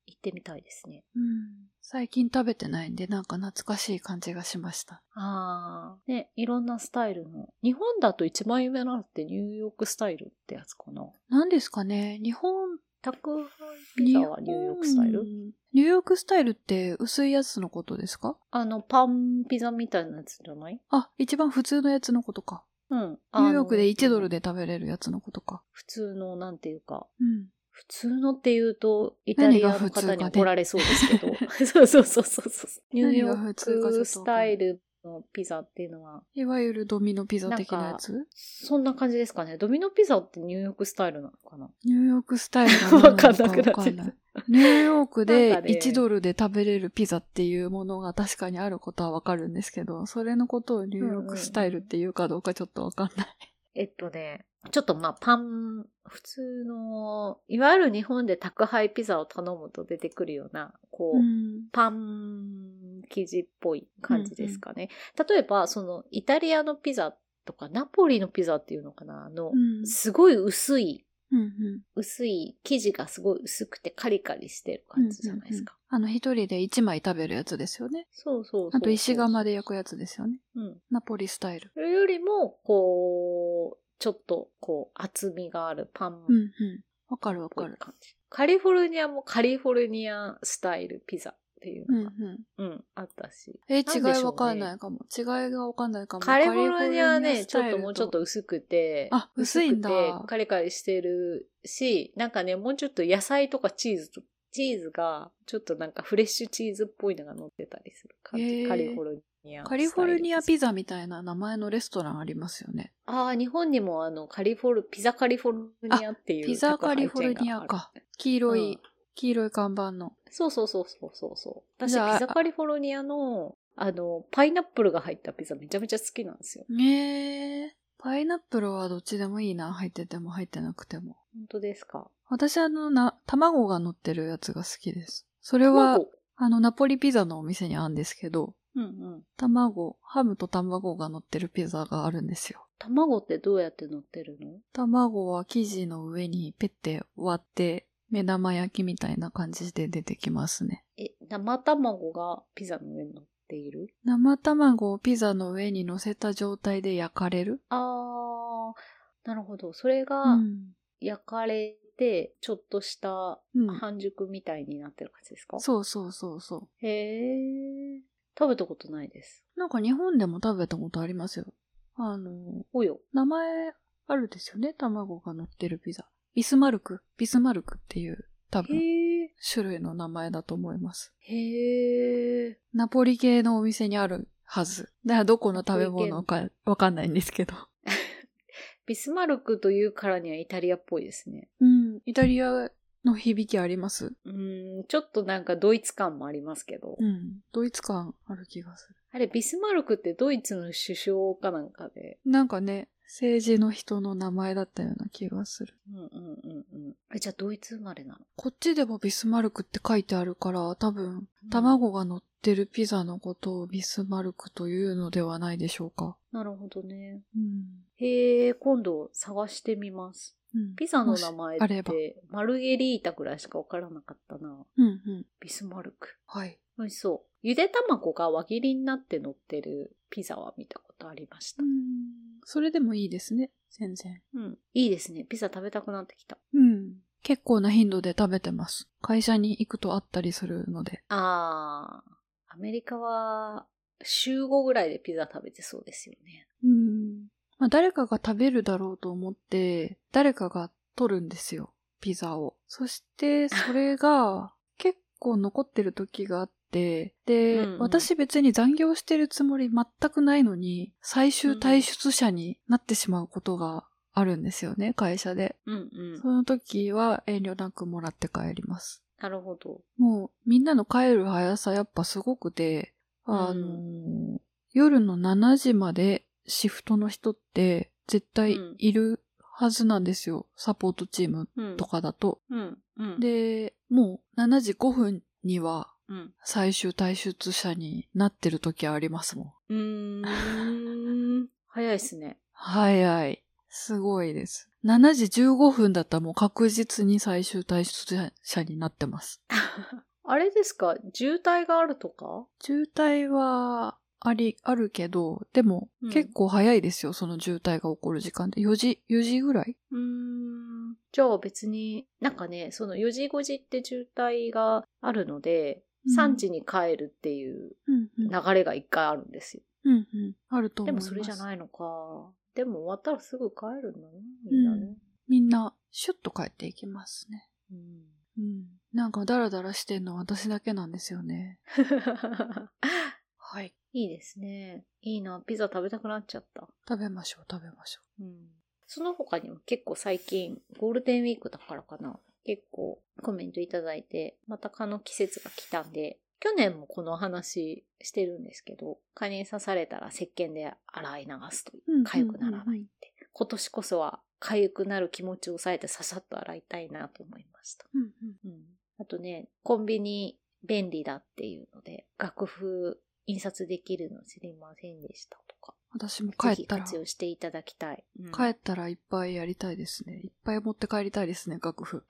[SPEAKER 1] 行ってみたいですね。
[SPEAKER 2] うん最近食べてないんで、なんか懐かしい感じがしました。
[SPEAKER 1] ああ。ね、いろんなスタイルの。日本だと一番有名なのってニューヨークスタイルってやつかな。
[SPEAKER 2] 何ですかね日本、
[SPEAKER 1] 宅配ピザはニューヨークスタイル
[SPEAKER 2] 日本ニューヨークスタイルって薄いやつのことですか
[SPEAKER 1] あの、パンピザみたいなやつじゃない
[SPEAKER 2] あ、一番普通のやつのことか。
[SPEAKER 1] うん。
[SPEAKER 2] ニューヨークで1ドル
[SPEAKER 1] で。
[SPEAKER 2] で食べれるやつのことか。
[SPEAKER 1] 普通の、なんていうか、
[SPEAKER 2] うん。
[SPEAKER 1] 普通のっていうと、イタリアの方に怒られそうですけど。 (laughs) そうそうそうそうそう。ニュー
[SPEAKER 2] 何
[SPEAKER 1] ヨ
[SPEAKER 2] が
[SPEAKER 1] ー
[SPEAKER 2] 普通かちょっとわかんない
[SPEAKER 1] クスタイルのピザっていうのは、
[SPEAKER 2] いわゆるドミノピザ的なやつ
[SPEAKER 1] そんな感じですかね。ドミノピザってニューヨークスタイルなのかな
[SPEAKER 2] ニューヨークスタイルなのなのかわかん
[SPEAKER 1] わかんなくなっちゃ
[SPEAKER 2] な
[SPEAKER 1] っ
[SPEAKER 2] い。ニューヨークで
[SPEAKER 1] なんかね
[SPEAKER 2] 1ドルで食べれるピザっていうものが確かにあることはわかるんですけど、それのことをニューヨークスタイルっていうかどうかちょっとわかんない。
[SPEAKER 1] えっとね、ちょっとまあパン、普通の、いわゆる日本で宅配ピザを頼むと出てくるような、こう、
[SPEAKER 2] うん。
[SPEAKER 1] パン生地っぽい感じですかね。例えば、その、イタリアのピザとか、ナポリのピザっていうのかな、あの
[SPEAKER 2] う、ん。
[SPEAKER 1] すごい薄い、
[SPEAKER 2] うんうん。
[SPEAKER 1] 薄い、生地がすごい薄くてカリカリしてる感じじゃないですか。
[SPEAKER 2] あの、一人で1枚食べるやつですよね。
[SPEAKER 1] そうそうそうそう。
[SPEAKER 2] あと石窯で焼くやつですよね。
[SPEAKER 1] うん。
[SPEAKER 2] ナポリスタイル。
[SPEAKER 1] それよりも、こう、ちょっと、こう、厚みがあるパン
[SPEAKER 2] うんうん。わかるわ
[SPEAKER 1] こう
[SPEAKER 2] か
[SPEAKER 1] いう
[SPEAKER 2] る。
[SPEAKER 1] 感じカリフォルニアもカリフォルニアスタイルピザっていう
[SPEAKER 2] うん
[SPEAKER 1] の
[SPEAKER 2] う
[SPEAKER 1] が、
[SPEAKER 2] ん。
[SPEAKER 1] うん、あったし。なん
[SPEAKER 2] え
[SPEAKER 1] で
[SPEAKER 2] ー、
[SPEAKER 1] しょうね
[SPEAKER 2] 違いわかんないかも。違いがわかんないかも。
[SPEAKER 1] カリフォルニアはね、
[SPEAKER 2] カ
[SPEAKER 1] ち
[SPEAKER 2] リ
[SPEAKER 1] ょっ
[SPEAKER 2] フォル
[SPEAKER 1] と
[SPEAKER 2] ニ
[SPEAKER 1] も
[SPEAKER 2] ア
[SPEAKER 1] うち
[SPEAKER 2] スタイ
[SPEAKER 1] ょ
[SPEAKER 2] ル
[SPEAKER 1] っと薄くて、
[SPEAKER 2] あ薄いんだ
[SPEAKER 1] 薄くてカリカリしてるし、なんかね、もうちょっと野菜とかチーズと、チーズが、ちょっとなんかフレッシュチーズっぽいのが乗ってたりする感じ。
[SPEAKER 2] へー
[SPEAKER 1] カリフォルニア。
[SPEAKER 2] カリフォルニア
[SPEAKER 1] ザ。
[SPEAKER 2] ピザみたいな名前のレストランありますよね。
[SPEAKER 1] ああ、日本にもあの、カリフォル、ピザカリフォルニアっていう。
[SPEAKER 2] ピザカリフォルニアか。。黄色い、
[SPEAKER 1] うん
[SPEAKER 2] 黄色い看板の。
[SPEAKER 1] そうそうそうそうそうそう。私、
[SPEAKER 2] じゃあ
[SPEAKER 1] ピザカリフォルニアの、あの、パイナップルが入ったピザめちゃめちゃ好きなんですよ。
[SPEAKER 2] ねえ。パイナップルはどっちでもいいな。入ってても入ってなくても。
[SPEAKER 1] 本当ですか
[SPEAKER 2] 私あの、な、卵が乗ってるやつが好きです。それは、
[SPEAKER 1] 卵
[SPEAKER 2] あの、ナポリピザのお店にあるんですけど、
[SPEAKER 1] うんうん。
[SPEAKER 2] 卵、ハムと卵が乗ってるピザがあるんですよ。
[SPEAKER 1] 卵ってどうやって乗ってるの
[SPEAKER 2] 卵は生地の上にペッて割って、目玉焼きみたいな感じで出てきますね。
[SPEAKER 1] え、生卵がピザの上に乗っている
[SPEAKER 2] 生卵をピザの上に乗せた状態で焼かれる、
[SPEAKER 1] あー、なるほど。それが
[SPEAKER 2] うん
[SPEAKER 1] 焼かれて、ちょっとした
[SPEAKER 2] うん
[SPEAKER 1] 半熟みたいになってる感じですか、
[SPEAKER 2] そうそうそうそう。
[SPEAKER 1] へー。食べたことないです。
[SPEAKER 2] なんか日本でも食べたことありますよ。あの、
[SPEAKER 1] およ。
[SPEAKER 2] 名前あるですよね。卵が乗ってるピザ。ビスマルク。ビスマルクっていう多
[SPEAKER 1] へ
[SPEAKER 2] 分
[SPEAKER 1] ー。
[SPEAKER 2] 種類の名前だと思います。
[SPEAKER 1] へー。
[SPEAKER 2] ナポリ系のお店にあるはず。だからどこの食べ物かわかんないんですけど。
[SPEAKER 1] ビスマルクというからにはイタリアっぽいですね。
[SPEAKER 2] うん。イタリアの響きあります。
[SPEAKER 1] うーん、ちょっとなんかドイツ感もありますけど。
[SPEAKER 2] うん。ドイツ感ある気がする。
[SPEAKER 1] あれ、ビスマルクってドイツの首相かなんかで。
[SPEAKER 2] なんかね、政治の人の名前だったような気がする。
[SPEAKER 1] うんうんうんうん。え、じゃあドイツ生まれなの
[SPEAKER 2] こっちでもビスマルクって書いてあるから、多分
[SPEAKER 1] うん、
[SPEAKER 2] 卵が乗ってるピザのことをビスマルクというのではないでしょうか。
[SPEAKER 1] なるほどね。
[SPEAKER 2] うん。
[SPEAKER 1] へえ、今度探してみます。
[SPEAKER 2] うん
[SPEAKER 1] ピザの
[SPEAKER 2] もし
[SPEAKER 1] 名前
[SPEAKER 2] あ
[SPEAKER 1] っ
[SPEAKER 2] れば。
[SPEAKER 1] て、マルゲリータぐらいしかわからなかったな。
[SPEAKER 2] うんうん。
[SPEAKER 1] ビスマルク。
[SPEAKER 2] はい。
[SPEAKER 1] 美味しそう。ゆで卵が輪切りになって乗ってるピザは見たことありました
[SPEAKER 2] う。ん。それでもいいですね。全然。
[SPEAKER 1] うん。いいですね。ピザ食べたくなってきた。
[SPEAKER 2] うん。結構な頻度で食べてます。会社に行くとあったりするので。
[SPEAKER 1] あー、アメリカは週5ぐらいでピザ食べてそうですよね。
[SPEAKER 2] うん。まあ、誰かが食べるだろうと思って、誰かが取るんですよ。ピザを。そして、それ (laughs) が結構残ってる時があって、で、
[SPEAKER 1] うんうん
[SPEAKER 2] 私別に残業してるつもり全くないのに、最終退出者になってしまうことがあるんですよね、会社で。
[SPEAKER 1] うんうん
[SPEAKER 2] そ。の時は遠慮なくもらって帰ります。
[SPEAKER 1] なるほど。
[SPEAKER 2] もうみんなの帰る早さやっぱすごくて、あのー夜の7時までシフトの人って絶対
[SPEAKER 1] うん
[SPEAKER 2] いるはずなんですよ。サポートチーム
[SPEAKER 1] うん
[SPEAKER 2] と。かだと。
[SPEAKER 1] うん。うん。、
[SPEAKER 2] で、もう7時5分には
[SPEAKER 1] うん。
[SPEAKER 2] 最終退出者になってる時ありますもん。
[SPEAKER 1] うーん。早いですね。
[SPEAKER 2] 早い。すごいです。7時15分だったらもう確実に最終退出者になってます。
[SPEAKER 1] あれですか渋滞があるとか
[SPEAKER 2] 渋滞は、あり、あるけど、でも
[SPEAKER 1] うん、
[SPEAKER 2] 結構早いですよ、その渋滞が起こる時間で。4時、4時ぐらいう
[SPEAKER 1] ーん。じゃあ別に、なんかね、その4時5時って渋滞があるので、
[SPEAKER 2] うん
[SPEAKER 1] 3時に帰るっていう
[SPEAKER 2] うん、うん。
[SPEAKER 1] 流れが一回あるんですよ。
[SPEAKER 2] うん、うん。あると思
[SPEAKER 1] で
[SPEAKER 2] いま
[SPEAKER 1] も
[SPEAKER 2] す。
[SPEAKER 1] それじゃ
[SPEAKER 2] い。
[SPEAKER 1] ないのか。でも終わったらすぐ帰るんだね。みんなね。
[SPEAKER 2] みんな、シュッと帰っていきますね。
[SPEAKER 1] うん
[SPEAKER 2] うん。なんか、ダラダラしてんの私だけなんですよね。はい。
[SPEAKER 1] いいですね。いいな。ピザ食べたくなっちゃった。
[SPEAKER 2] 食べましょう、食べましょ。
[SPEAKER 1] うん、その他にも結構最近、ゴールデンウィークだからかな。結構コメントいただいて、また蚊の季節が来たんで、去年もこの話してるんですけど、蚊に刺されたら石鹸で洗い流すという
[SPEAKER 2] うん
[SPEAKER 1] う。痒くなら
[SPEAKER 2] うんう
[SPEAKER 1] なんいっ
[SPEAKER 2] うん
[SPEAKER 1] て。今年こそは痒くなる気持ちを抑えてささっと洗いたいなと思いました。
[SPEAKER 2] うんうん。
[SPEAKER 1] うん、あとね、コンビニ便利だっていうので、楽譜印刷できるの知りませんでしたとか、
[SPEAKER 2] 私も
[SPEAKER 1] ぜ
[SPEAKER 2] 帰っ
[SPEAKER 1] ひ
[SPEAKER 2] たら、
[SPEAKER 1] 活
[SPEAKER 2] 帰
[SPEAKER 1] 用していただきたい。うん
[SPEAKER 2] ったらいっぱいやりたいですね。いっぱい持って帰りたいですね、楽譜。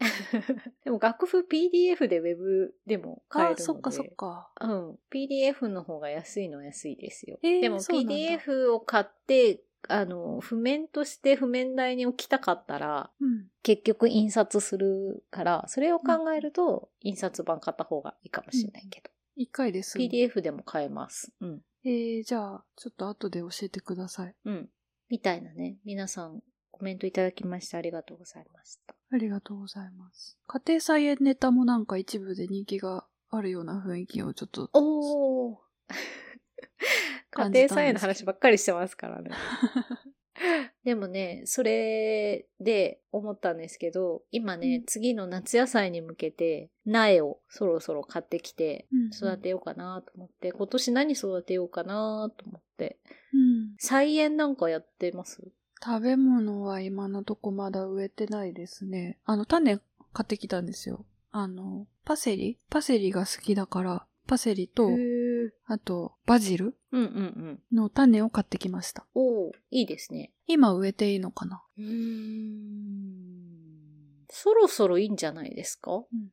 [SPEAKER 1] (laughs) でも楽譜 PDF で Web でも買えるので。
[SPEAKER 2] あ、そっかそっか。
[SPEAKER 1] うん。PDF の方が安いのは安いですよ。
[SPEAKER 2] えー
[SPEAKER 1] でも
[SPEAKER 2] そうなんだ
[SPEAKER 1] PDF を買って、あの、譜面として譜面台に置きたかったら、
[SPEAKER 2] うん。
[SPEAKER 1] 結局印刷するから、それを考えると、印刷版買った方がいいかもしれないけど。
[SPEAKER 2] 一回です。
[SPEAKER 1] PDF でも買えます。うん。
[SPEAKER 2] えー、じゃあ、ちょっと後で教えてください。
[SPEAKER 1] うん。みたいなね、皆さんコメントいただきましてありがとうございました。
[SPEAKER 2] ありがとうございます。家庭菜園ネタもなんか一部で人気があるような雰囲気をちょっと。
[SPEAKER 1] お (laughs) お家
[SPEAKER 2] 感じたんですけど
[SPEAKER 1] 庭菜園の話ばっかりしてますからね。 (laughs) でもね、それで思ったんですけど、今ね、
[SPEAKER 2] うん
[SPEAKER 1] 次の夏野菜に向けて苗をそろそろ買ってきて
[SPEAKER 2] うんうん
[SPEAKER 1] 育てようかなと思って、今年何育てようかなと思って、
[SPEAKER 2] うん
[SPEAKER 1] 菜園なんかやってます
[SPEAKER 2] 食べ物は今のとこまだ植えてないですね。あの、種買ってきたんですよ。あの、パセリパセリが好きだから、パセリと
[SPEAKER 1] へ、ー
[SPEAKER 2] あと、バジル
[SPEAKER 1] うんうんうん。
[SPEAKER 2] の種を買ってきました。
[SPEAKER 1] おおいいですね。
[SPEAKER 2] 今植えていいのかな
[SPEAKER 1] うーん。そろそろいいんじゃないですか
[SPEAKER 2] うん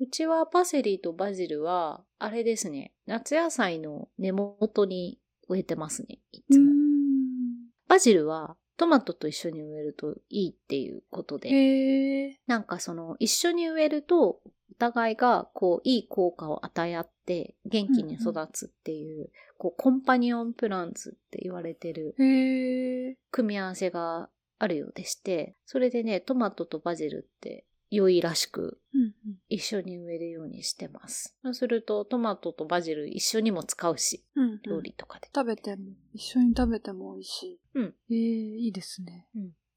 [SPEAKER 1] うちはパセリとバジルは、あれですね、夏野菜の根元に植えてますね、いつ
[SPEAKER 2] う
[SPEAKER 1] も。
[SPEAKER 2] ん。
[SPEAKER 1] バジルはトマトと一緒に植えるといいっていうことで、
[SPEAKER 2] へえ。
[SPEAKER 1] なんかその一緒に植えると、お互いがこういい効果を与え合って元気に育つっていう、こうコンパニオンプランツって言われてる
[SPEAKER 2] へえ。
[SPEAKER 1] 組み合わせがあるようでして、それでね、トマトとバジルって良いらしく
[SPEAKER 2] うん
[SPEAKER 1] 一緒に植えるようにしてます。そうするとトマトとバジル一緒にも使うし、
[SPEAKER 2] うん。うんうん
[SPEAKER 1] 料理とかで。
[SPEAKER 2] 食べても、一緒に食べても美味しい。
[SPEAKER 1] うん。
[SPEAKER 2] ええいいですね。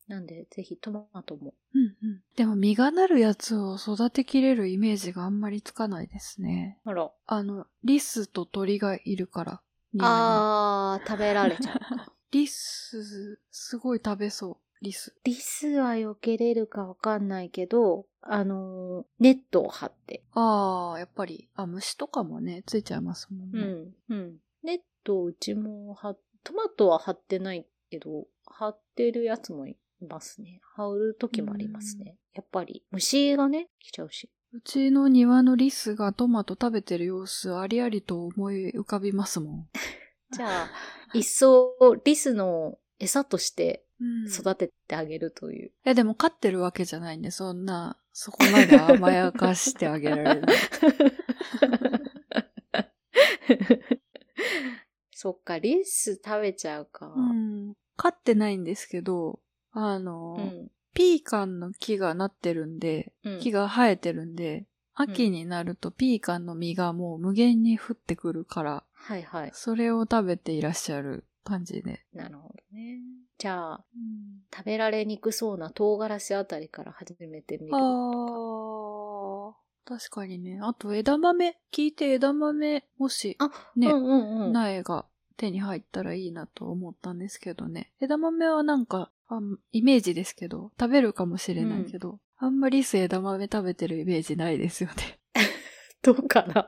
[SPEAKER 1] なんでぜひトマトも。
[SPEAKER 2] うんうん。でも実がなるやつを育てきれるイメージがあんまりつかないですね。
[SPEAKER 1] あら。
[SPEAKER 2] あの、リスと鳥がいるから。あ。
[SPEAKER 1] あー、食べられ
[SPEAKER 2] (laughs)
[SPEAKER 1] ちゃうか。
[SPEAKER 2] リス、すごい食べそう。リス。
[SPEAKER 1] リスは避けれるかわかんないけど、あのーネットを張って。
[SPEAKER 2] ああ、やっぱり。あ、虫とかもね、ついちゃいますもんね。
[SPEAKER 1] ん。うん。ネットをうちも張っトマトは張ってないけど、張ってるやつもいますね。張る時もありますね。やっぱり虫がね、来ちゃうし。
[SPEAKER 2] うちの庭のリスがトマト食べてる様子ありありと思い浮かびますもん。
[SPEAKER 1] じ
[SPEAKER 2] (laughs)
[SPEAKER 1] ゃあ、一層リスの餌として
[SPEAKER 2] うん
[SPEAKER 1] 育ててあげると
[SPEAKER 2] (laughs)
[SPEAKER 1] いう。
[SPEAKER 2] え、でも飼ってるわけじゃないんで、そんな、そこまで甘やかしてあげられる。
[SPEAKER 1] そっか、リス食べちゃ (laughs) うか。
[SPEAKER 2] うん。飼ってないんですけど、あの、
[SPEAKER 1] うん
[SPEAKER 2] ピーカンの木がなってるんで、
[SPEAKER 1] うん
[SPEAKER 2] 木が生えてるんで、秋になるとピーカンの実がもう無限に降ってくるから、
[SPEAKER 1] はいはい。
[SPEAKER 2] それを食べていらっしゃる感じで。
[SPEAKER 1] なるほどね。じゃあ、食べられにくそうな唐辛子あたりから始めてみる。
[SPEAKER 2] ああ、確かにね。あと枝豆、聞いて枝豆、もし
[SPEAKER 1] あ、
[SPEAKER 2] ね、
[SPEAKER 1] うんうんうん。
[SPEAKER 2] 苗が手に入ったらいいなと思ったんですけどね。枝豆はなんか、あんイメージですけど、食べるかもしれないけど、あんまリス枝豆食べてるイメージないですよね。
[SPEAKER 1] どうかな。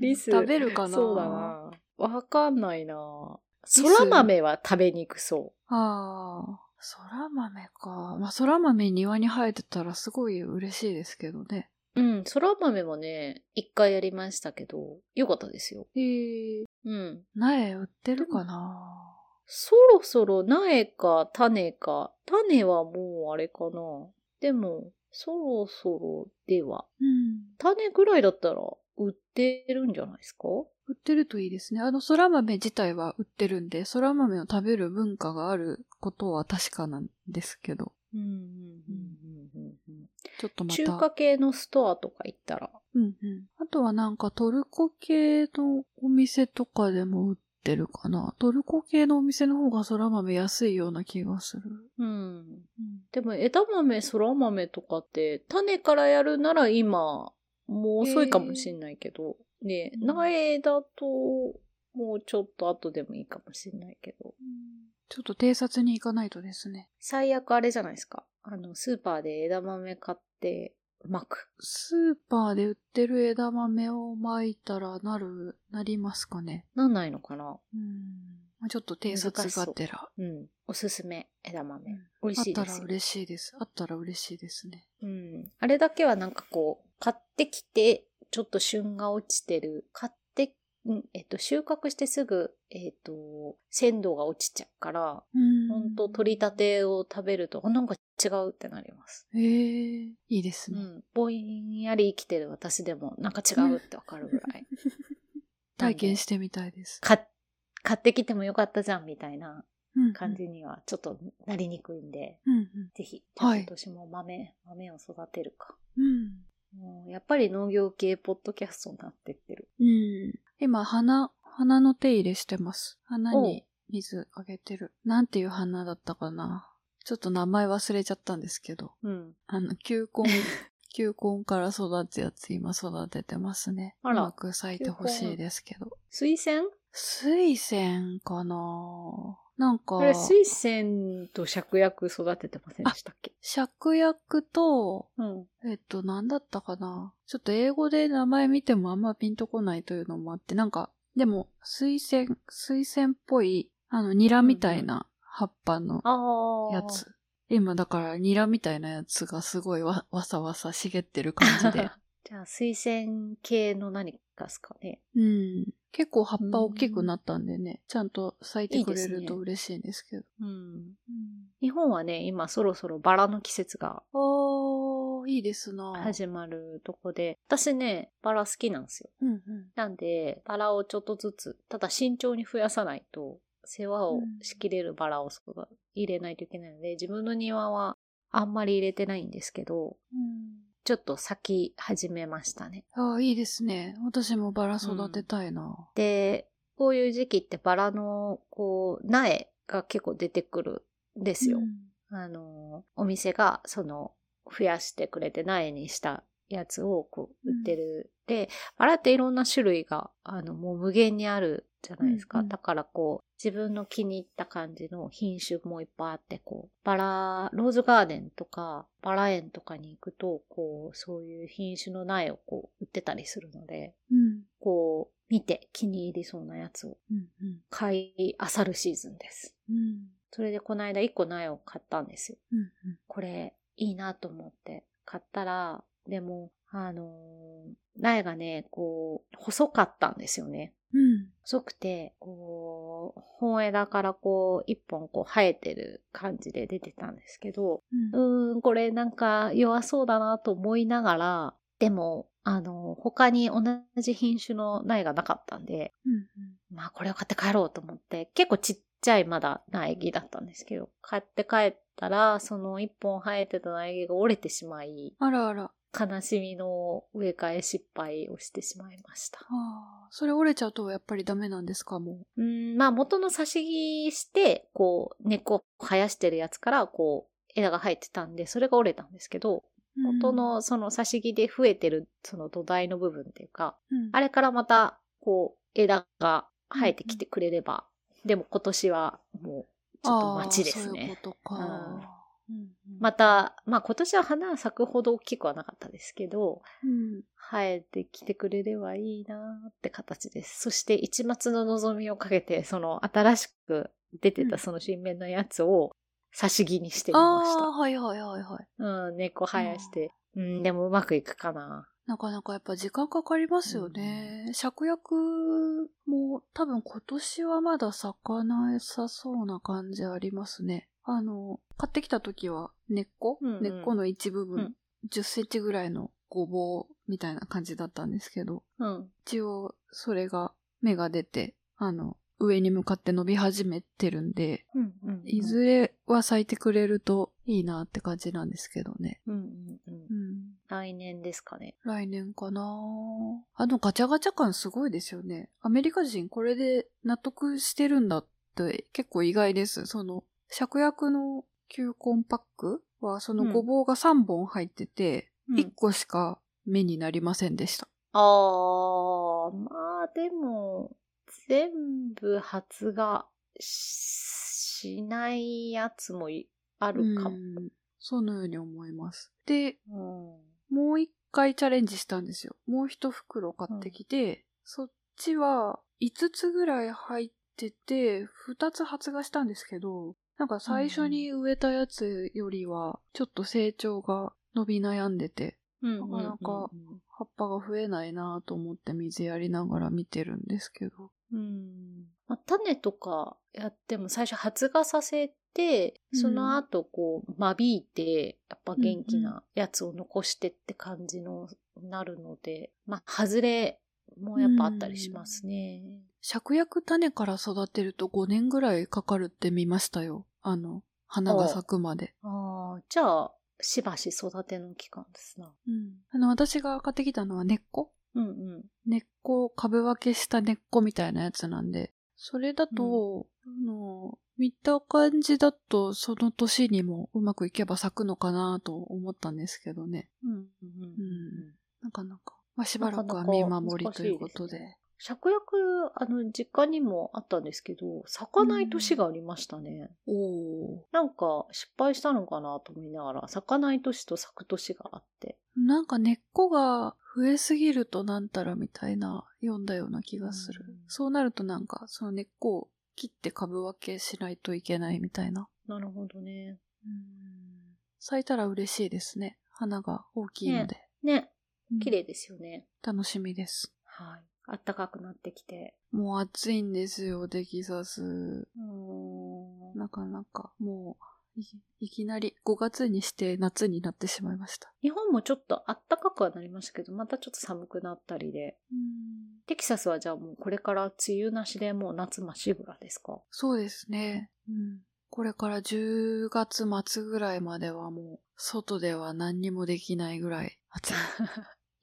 [SPEAKER 1] リス
[SPEAKER 2] (laughs) 食べるかな
[SPEAKER 1] そうだ。な。わかんないな。
[SPEAKER 2] リス
[SPEAKER 1] そら豆は食べにくそ
[SPEAKER 2] ああ、そら豆か。まあ、そら豆庭に生えてたらすごい嬉しいですけどね。
[SPEAKER 1] う。うん、そら豆もね、一回やりましたけど、よかったですよ。
[SPEAKER 2] へえ。
[SPEAKER 1] うん。
[SPEAKER 2] 苗売ってるかな
[SPEAKER 1] そろそろ苗か種か、種はもうあれかな。でも、そろそろでは、
[SPEAKER 2] うん。
[SPEAKER 1] 種ぐらいだったら売ってるんじゃないですか
[SPEAKER 2] 売ってるといいですね。あの、そら豆自体は売ってるんで、そら豆を食べる文化があることは確かなんですけど、
[SPEAKER 1] うんうんうんうんうん
[SPEAKER 2] ちょっと
[SPEAKER 1] うん。
[SPEAKER 2] また。
[SPEAKER 1] 中華系のストアとか行ったら、
[SPEAKER 2] うんうん。あとはなんかトルコ系のお店とかでも売ってるかな。トルコ系のお店の方がそら豆安いような気がする。
[SPEAKER 1] うん。
[SPEAKER 2] うん
[SPEAKER 1] でも枝豆、そら豆とかって、種からやるなら今、もう遅いかもしんないけど、ね、
[SPEAKER 2] うん
[SPEAKER 1] 苗だと、もうちょっと後でもいいかもしんないけど。
[SPEAKER 2] ちょっと偵察に行かないとですね。
[SPEAKER 1] 最悪あれじゃないですか。あの、スーパーで枝豆買って、巻く。
[SPEAKER 2] スーパーで売ってる枝豆を巻いたらなる、なりますかね。
[SPEAKER 1] なんないのかな
[SPEAKER 2] うん。まあちょっと偵察がてら。
[SPEAKER 1] うん。おすすめ、枝豆
[SPEAKER 2] うん。
[SPEAKER 1] 美味
[SPEAKER 2] あっ
[SPEAKER 1] しい
[SPEAKER 2] た
[SPEAKER 1] で
[SPEAKER 2] ら
[SPEAKER 1] すよ。
[SPEAKER 2] 嬉しいです。あったら嬉しいですね。
[SPEAKER 1] うん。あれだけはなんかこう、買ってきて、ちょっと旬が落ちてる。買って、うん、えっと、収穫してすぐ、えっと、鮮度が落ちちゃうから、
[SPEAKER 2] うん
[SPEAKER 1] ほんと取り立てを食べると、あなんか違うってなります。
[SPEAKER 2] ええいいです
[SPEAKER 1] う
[SPEAKER 2] ね。
[SPEAKER 1] ん。ぼんやり生きてる私でも、なんか違うってわかるぐらい。
[SPEAKER 2] (laughs) 体験してみたいです。
[SPEAKER 1] 買っ買ってきてもよかったじゃんみたいな感じにはちょっとなりにくいんで、
[SPEAKER 2] うんうん。
[SPEAKER 1] ぜひ、
[SPEAKER 2] はい
[SPEAKER 1] 今年も豆、豆を育てるか。
[SPEAKER 2] うん。
[SPEAKER 1] もうやっぱり農業系ポッドキャストになってってる。
[SPEAKER 2] うん。今、花、花の手入れしてます。花に水あげてる。なんていう花だったかな。ちょっと名前忘れちゃったんですけど。
[SPEAKER 1] うん。
[SPEAKER 2] あの、球
[SPEAKER 1] (laughs)
[SPEAKER 2] 根、球根から育つやつ今育ててますね。
[SPEAKER 1] あら
[SPEAKER 2] うまく咲いてほしいですけど。
[SPEAKER 1] 水仙
[SPEAKER 2] 水仙かななんか
[SPEAKER 1] あ、れ、水仙と芍薬育ててませんでしたっけ
[SPEAKER 2] 芍薬と、
[SPEAKER 1] うん。
[SPEAKER 2] えっと、なんだったかなちょっと英語で名前見てもあんまピンとこないというのもあって、なんか、でも、水仙、水仙っぽい、あの、ニラみたいな葉っぱの
[SPEAKER 1] ああ。
[SPEAKER 2] やつ。。今、だから、ニラみたいなやつがすごいわ、わさわさ茂ってる感じで。
[SPEAKER 1] (laughs) じゃあ、水仙系の何かですかね。
[SPEAKER 2] うん。結構葉っぱ大きくなったんでね、ちゃんと咲いてくれ
[SPEAKER 1] いい
[SPEAKER 2] る
[SPEAKER 1] です
[SPEAKER 2] と
[SPEAKER 1] ね
[SPEAKER 2] 嬉しいんですけど。
[SPEAKER 1] うん。日本はね、今そろそろバラの季節が
[SPEAKER 2] あー、いいですな
[SPEAKER 1] 始まるとこで、私ね、バラ好きなんですよ。
[SPEAKER 2] うんうん。
[SPEAKER 1] なんで、バラをちょっとずつ、ただ慎重に増やさないと、世話をしきれるバラをそこが入れないといけないので、自分の庭はあんまり入れてないんですけど、ちょっと咲き始めましたね。
[SPEAKER 2] ああ、いいですね。私もバラ育てたいな。
[SPEAKER 1] で、こういう時期ってバラの、こう、苗が結構出てくるんですよ。
[SPEAKER 2] うん
[SPEAKER 1] あの、お店が、その、増やしてくれて苗にしたやつをこう売ってる。で、バラっていろんな種類が、あの、もう無限にあるじゃないですか。
[SPEAKER 2] うんうん
[SPEAKER 1] だからこう、自分の気に入った感じの品種もいっぱいあって、こう、バラ、ローズガーデンとか、バラ園とかに行くと、こう、そういう品種の苗をこう、売ってたりするので、
[SPEAKER 2] うん。
[SPEAKER 1] こう、見て気に入りそうなやつを
[SPEAKER 2] うん。うん。
[SPEAKER 1] 買い漁るシーズンです。
[SPEAKER 2] うん。
[SPEAKER 1] それでこの間1個苗を買ったんですよ。
[SPEAKER 2] うん。
[SPEAKER 1] これいいなと思って買ったら、でも、あのー苗がね、こう、細かったんですよね。
[SPEAKER 2] うん。
[SPEAKER 1] 細くて、こう、本枝からこう、一本こう生えてる感じで出てたんですけど、
[SPEAKER 2] うん。
[SPEAKER 1] うーん、これなんか弱そうだなと思いながら、でも、あのー他に同じ品種の苗がなかったんで、
[SPEAKER 2] うん。
[SPEAKER 1] まあこれを買って帰ろうと思って、結構ちっちゃいまだ苗木だったんですけど、買って帰ったら、その一本生えてた苗木が折れてしまい、
[SPEAKER 2] あらあら。
[SPEAKER 1] 悲しみの植え替え失敗をしてしまいました。
[SPEAKER 2] ああ、それ折れちゃうとやっぱりダメなんですか、も
[SPEAKER 1] うん、まあ元の差し木して、こう、根っこを生やしてるやつから、こう、枝が生えてたんで、それが折れたんですけど、
[SPEAKER 2] う。
[SPEAKER 1] 元のその差し木で増えてる、その土台の部分っていうか、
[SPEAKER 2] うん、
[SPEAKER 1] あ
[SPEAKER 2] れ
[SPEAKER 1] れからまた、こう、枝が生えてきてくれれば、でも今年はもう、ちょっと待ちです
[SPEAKER 2] そういう
[SPEAKER 1] ね。
[SPEAKER 2] ことか。うん。
[SPEAKER 1] また、まあ今年は花は咲くほど大きくはなかったですけど、
[SPEAKER 2] うん。
[SPEAKER 1] 生えてきてくれればいいなーって形です。そして一末の望みをかけて、その新しく出て
[SPEAKER 2] う
[SPEAKER 1] た
[SPEAKER 2] ん
[SPEAKER 1] その新芽のやつを差し木にしてみ
[SPEAKER 2] あ
[SPEAKER 1] ま
[SPEAKER 2] あ、
[SPEAKER 1] し
[SPEAKER 2] はいはいはいはい。
[SPEAKER 1] た。うん、根っこ生やして。うん、でもうまくいくかな。
[SPEAKER 2] なかなかやっぱ時間かかりますよね。芍薬も多分今年はまだ咲かなさそうな感じありますね。あの、買ってきた時は根っこ、
[SPEAKER 1] うんうん
[SPEAKER 2] 根っこの一部分、
[SPEAKER 1] うん
[SPEAKER 2] 10センチぐらいのごぼうみたいな感じだったんですけど、
[SPEAKER 1] うん。
[SPEAKER 2] 一応それが芽が出て、あの、上に向かって伸び始めてるんで、
[SPEAKER 1] うん、うん。
[SPEAKER 2] いずれは咲いてくれるといいなって感じなんですけどね。
[SPEAKER 1] うん、うん、うん
[SPEAKER 2] う。ん。
[SPEAKER 1] 来年ですかね。
[SPEAKER 2] 来年かなあのガチャガチャ感すごいですよね。アメリカ人これで納得してるんだって結構意外です。その、芍薬の球根パックはそのごぼうが3本入ってて、
[SPEAKER 1] うん
[SPEAKER 2] 1個しか目になりませんでした。
[SPEAKER 1] あー、まあでも、全部発芽ししないやつもいあるか
[SPEAKER 2] うんそのように思います。で、
[SPEAKER 1] も。
[SPEAKER 2] もう1回チャレンジしたんですよ。もう1袋買ってきて、そっちは5つぐらい入ってて、2つ発芽したんですけど、なんか最初に植えたやつよりは、ちょっと成長が伸び悩んでて、
[SPEAKER 1] うん。
[SPEAKER 2] なかなか葉っぱが増えないなぁと思って水やりながら見てるんですけど。
[SPEAKER 1] うん。まあ、種とかやっても最初発芽させて、その後こう、間引いて、やっぱ元気なやつを残してって感じの、なるので、まあ、外れもやっぱあったりしますね。
[SPEAKER 2] 芍薬種から育てると5年ぐらいかかるって見ましたよ。あの、花が咲くまで。
[SPEAKER 1] ああ、じゃあ、しばし育ての期間ですな。
[SPEAKER 2] うん。あの、私が買ってきたのは根っこ
[SPEAKER 1] うんうん。
[SPEAKER 2] 根っこ、株分けした根っこみたいなやつなんで、それだと、あの、見た感じだと、その年にもうまくいけば咲くのかなと思ったんですけどね。
[SPEAKER 1] うんうんうんうん。
[SPEAKER 2] なかなか。まあ、しばらくは
[SPEAKER 1] なかな
[SPEAKER 2] 見
[SPEAKER 1] か
[SPEAKER 2] 守り
[SPEAKER 1] 難しい
[SPEAKER 2] ということ
[SPEAKER 1] で
[SPEAKER 2] で。
[SPEAKER 1] すね芍薬、あの、実家にもあったんですけど、咲かない年がありましたね。
[SPEAKER 2] おお
[SPEAKER 1] なんか失敗したのかなと思いながら、咲かない年と咲く年があって。
[SPEAKER 2] ー。なんか根っこが増えすぎるとなんたらみたいな読んだような気がする。
[SPEAKER 1] うん
[SPEAKER 2] そうなるとなんか、その根っこを切って株分けしないといけないみたいな。
[SPEAKER 1] なるほどね。
[SPEAKER 2] 咲いたら嬉しいですね。花が大きいので。
[SPEAKER 1] ね、
[SPEAKER 2] うん
[SPEAKER 1] 綺麗ですよね。
[SPEAKER 2] 楽しみです。
[SPEAKER 1] はい。あったかくなってきて。
[SPEAKER 2] もう暑いんですよ、テキサス。
[SPEAKER 1] うーん。
[SPEAKER 2] なかなか、もうい、いきなり5月にして夏になってしまいました。
[SPEAKER 1] 日本もちょっとあったかくはなりましたけど、またちょっと寒くなったりで。テキサスはじゃあもうこれから梅雨なしでもう夏まっしぐらですか
[SPEAKER 2] そうですね。うん。これから10月末ぐらいまではもう、外では何にもできないぐらい暑い。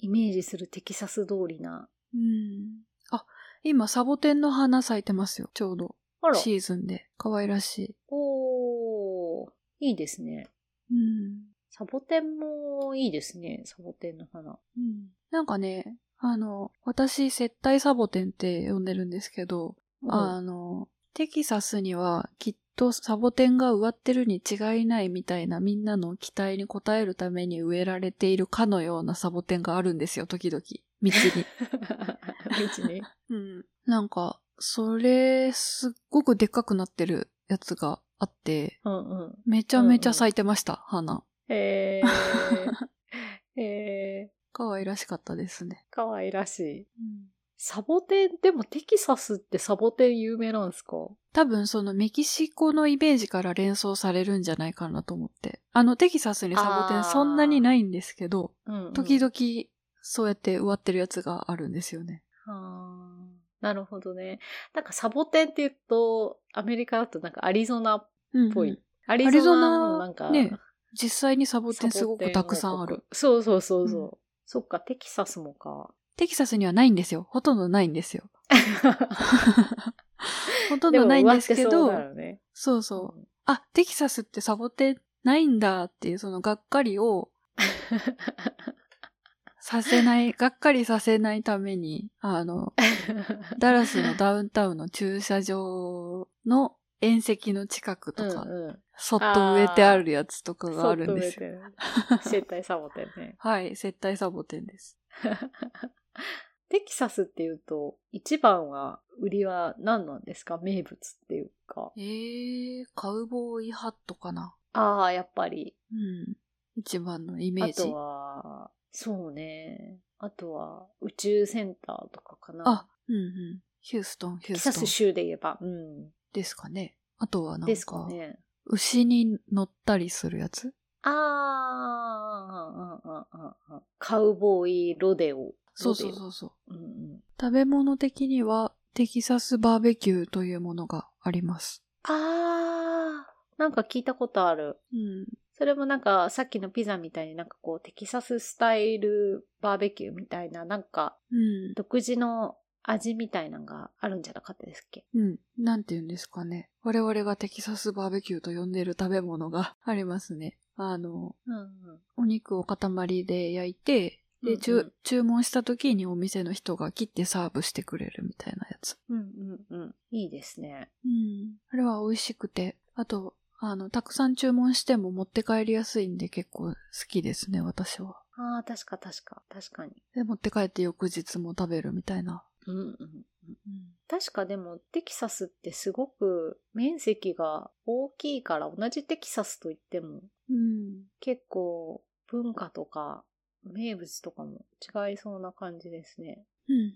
[SPEAKER 1] イメージするテキサス通りな。
[SPEAKER 2] うん。あ、今、サボテンの花咲いてますよ、ちょうど。
[SPEAKER 1] あら、
[SPEAKER 2] シーズンで。可愛らし
[SPEAKER 1] おー、いいですね。
[SPEAKER 2] い。うん。
[SPEAKER 1] サボテンもいいですね、サボテンの花。
[SPEAKER 2] うんなんかね、あの、私、接待サボテンって呼んでるんですけど、あの、テキサスにはきっとサボテンが植わってるに違いないみたいなみんなの期待に応えるために植えられているかのようなサボテンがあるんですよ、時々。道
[SPEAKER 1] (laughs)
[SPEAKER 2] に。 (laughs)
[SPEAKER 1] 道ね。
[SPEAKER 2] うん。なんか、それ、すっごくでっかくなってるやつがあって、
[SPEAKER 1] うんうん。
[SPEAKER 2] めちゃめちゃ咲いてました、花。
[SPEAKER 1] え
[SPEAKER 2] (laughs)
[SPEAKER 1] ー、え
[SPEAKER 2] 可愛らしかったですね。
[SPEAKER 1] ー、かわいらしい。サボテン、でもテキサスってサボテン有名なんですか
[SPEAKER 2] 多分そのメキシコのイメージから連想されるんじゃないかなと思って。あの、テキサスにサボテ
[SPEAKER 1] あー
[SPEAKER 2] ンそんなにないんですけど、
[SPEAKER 1] うん、うん。
[SPEAKER 2] 時々そうやって植わってるやつがあるんですよね。
[SPEAKER 1] あーなるほどね。なんかサボテンって言うと、アメリカだとなんかアリゾナ、
[SPEAKER 2] うん
[SPEAKER 1] ぽい
[SPEAKER 2] うん
[SPEAKER 1] アリ
[SPEAKER 2] リゾ
[SPEAKER 1] ゾ
[SPEAKER 2] ナ
[SPEAKER 1] ナのなんか、
[SPEAKER 2] ね実際にサボテンすごくたくさんあ
[SPEAKER 1] サボテン王
[SPEAKER 2] る
[SPEAKER 1] 国。。そうそうそうそう。
[SPEAKER 2] う
[SPEAKER 1] そっか、テキサスもか。
[SPEAKER 2] テキサスにはないんですよ。ほとんどないんですよ。ほとん
[SPEAKER 1] で
[SPEAKER 2] ど
[SPEAKER 1] も
[SPEAKER 2] ないんですけ
[SPEAKER 1] 植わってそ
[SPEAKER 2] ど
[SPEAKER 1] う、だよね。
[SPEAKER 2] そうそう。あ、テキサスってサボテンないんだっていうそのがっかりをさせ
[SPEAKER 1] (laughs)
[SPEAKER 2] ない、がっかりさせないために、あの、ダラスのダウンタウンの駐車場の縁石の近く (laughs) とか、
[SPEAKER 1] うんうん
[SPEAKER 2] そっと植えてあるやつとかがあるんですよ。
[SPEAKER 1] よ。生態サボテンね。 (laughs)
[SPEAKER 2] はい、接待サボテンです。
[SPEAKER 1] テキサスっていうと、一番は、売りは何なんですか名物っていうか。
[SPEAKER 2] えー、カウボーイハットかな。
[SPEAKER 1] ああ、やっぱり。
[SPEAKER 2] うん。一番のイメ
[SPEAKER 1] あ
[SPEAKER 2] ージ。
[SPEAKER 1] とは、そうね。あとは、宇宙センターとかかな。
[SPEAKER 2] あ、うんうん。ヒューストン、
[SPEAKER 1] テ
[SPEAKER 2] ヒュー
[SPEAKER 1] キサ
[SPEAKER 2] スト
[SPEAKER 1] ス
[SPEAKER 2] ン
[SPEAKER 1] 州で言えば。うん。
[SPEAKER 2] ですかね。あとはなんか、
[SPEAKER 1] ですかね。
[SPEAKER 2] 牛に乗ったりするやつ
[SPEAKER 1] あーあー、あーあーあーカウボーイロデオ。
[SPEAKER 2] そうそう
[SPEAKER 1] う。
[SPEAKER 2] そうそう。
[SPEAKER 1] うんうん、
[SPEAKER 2] 食べ物的には、テキサスバーベキューというものがあります。
[SPEAKER 1] ああ、なんか聞いたことある。
[SPEAKER 2] うん。
[SPEAKER 1] それもなんかさっきのピザみたいになんかこうテキサススタイルバーベキューみたいななんか
[SPEAKER 2] うん。
[SPEAKER 1] 独自の味みたいなのがあるんじゃなかったですっけ
[SPEAKER 2] うん。なんて言うんですかね。我々がテキサスバーベキューと呼んでる食べ物がありますね。あの、
[SPEAKER 1] うんうん。
[SPEAKER 2] お肉を塊で焼いて、
[SPEAKER 1] うんう
[SPEAKER 2] で、
[SPEAKER 1] ん
[SPEAKER 2] 注注文した時にお店の人が切ってサーブしてくれるみたいなやつ。
[SPEAKER 1] うんうんうん。いいですね。
[SPEAKER 2] うん。あれは美味しくて。あと、あの、たくさん注文しても持って帰りやすいんで結構好きですね、私は。
[SPEAKER 1] ああ、確か確か。確かに。
[SPEAKER 2] で、持って帰って翌日も食べるみたいな。
[SPEAKER 1] うんうん。
[SPEAKER 2] うん。
[SPEAKER 1] 確かでもテキサスってすごく面積が大きいから同じテキサスといっても
[SPEAKER 2] うん。
[SPEAKER 1] 結構文化とか名物とかも違いそうな感じですね。
[SPEAKER 2] うんうん。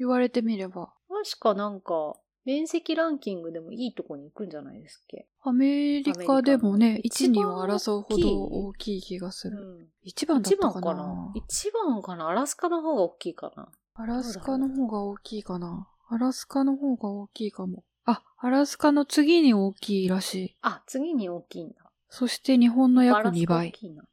[SPEAKER 2] 言われてみれば、
[SPEAKER 1] 確かなんか、面積ランキングでもいいとこに行くんじゃないですっけ。
[SPEAKER 2] アメリカでも
[SPEAKER 1] アメ
[SPEAKER 2] ね、
[SPEAKER 1] リカの
[SPEAKER 2] 1、2を争うほ
[SPEAKER 1] 一番
[SPEAKER 2] ど
[SPEAKER 1] 大
[SPEAKER 2] 大きい気がす
[SPEAKER 1] う
[SPEAKER 2] る。
[SPEAKER 1] ん。
[SPEAKER 2] 1番だっ
[SPEAKER 1] 一
[SPEAKER 2] た
[SPEAKER 1] 番
[SPEAKER 2] か
[SPEAKER 1] か
[SPEAKER 2] な
[SPEAKER 1] な一番かなアラスカの方が大きいかな。
[SPEAKER 2] アラスカの方が大きいかな。アラスカの方が大きいかも。あ、アラスカの次に大きいらしい。
[SPEAKER 1] あ、次に大きいんだ。
[SPEAKER 2] そして日本の約
[SPEAKER 1] バランス大
[SPEAKER 2] 2倍。
[SPEAKER 1] きいな。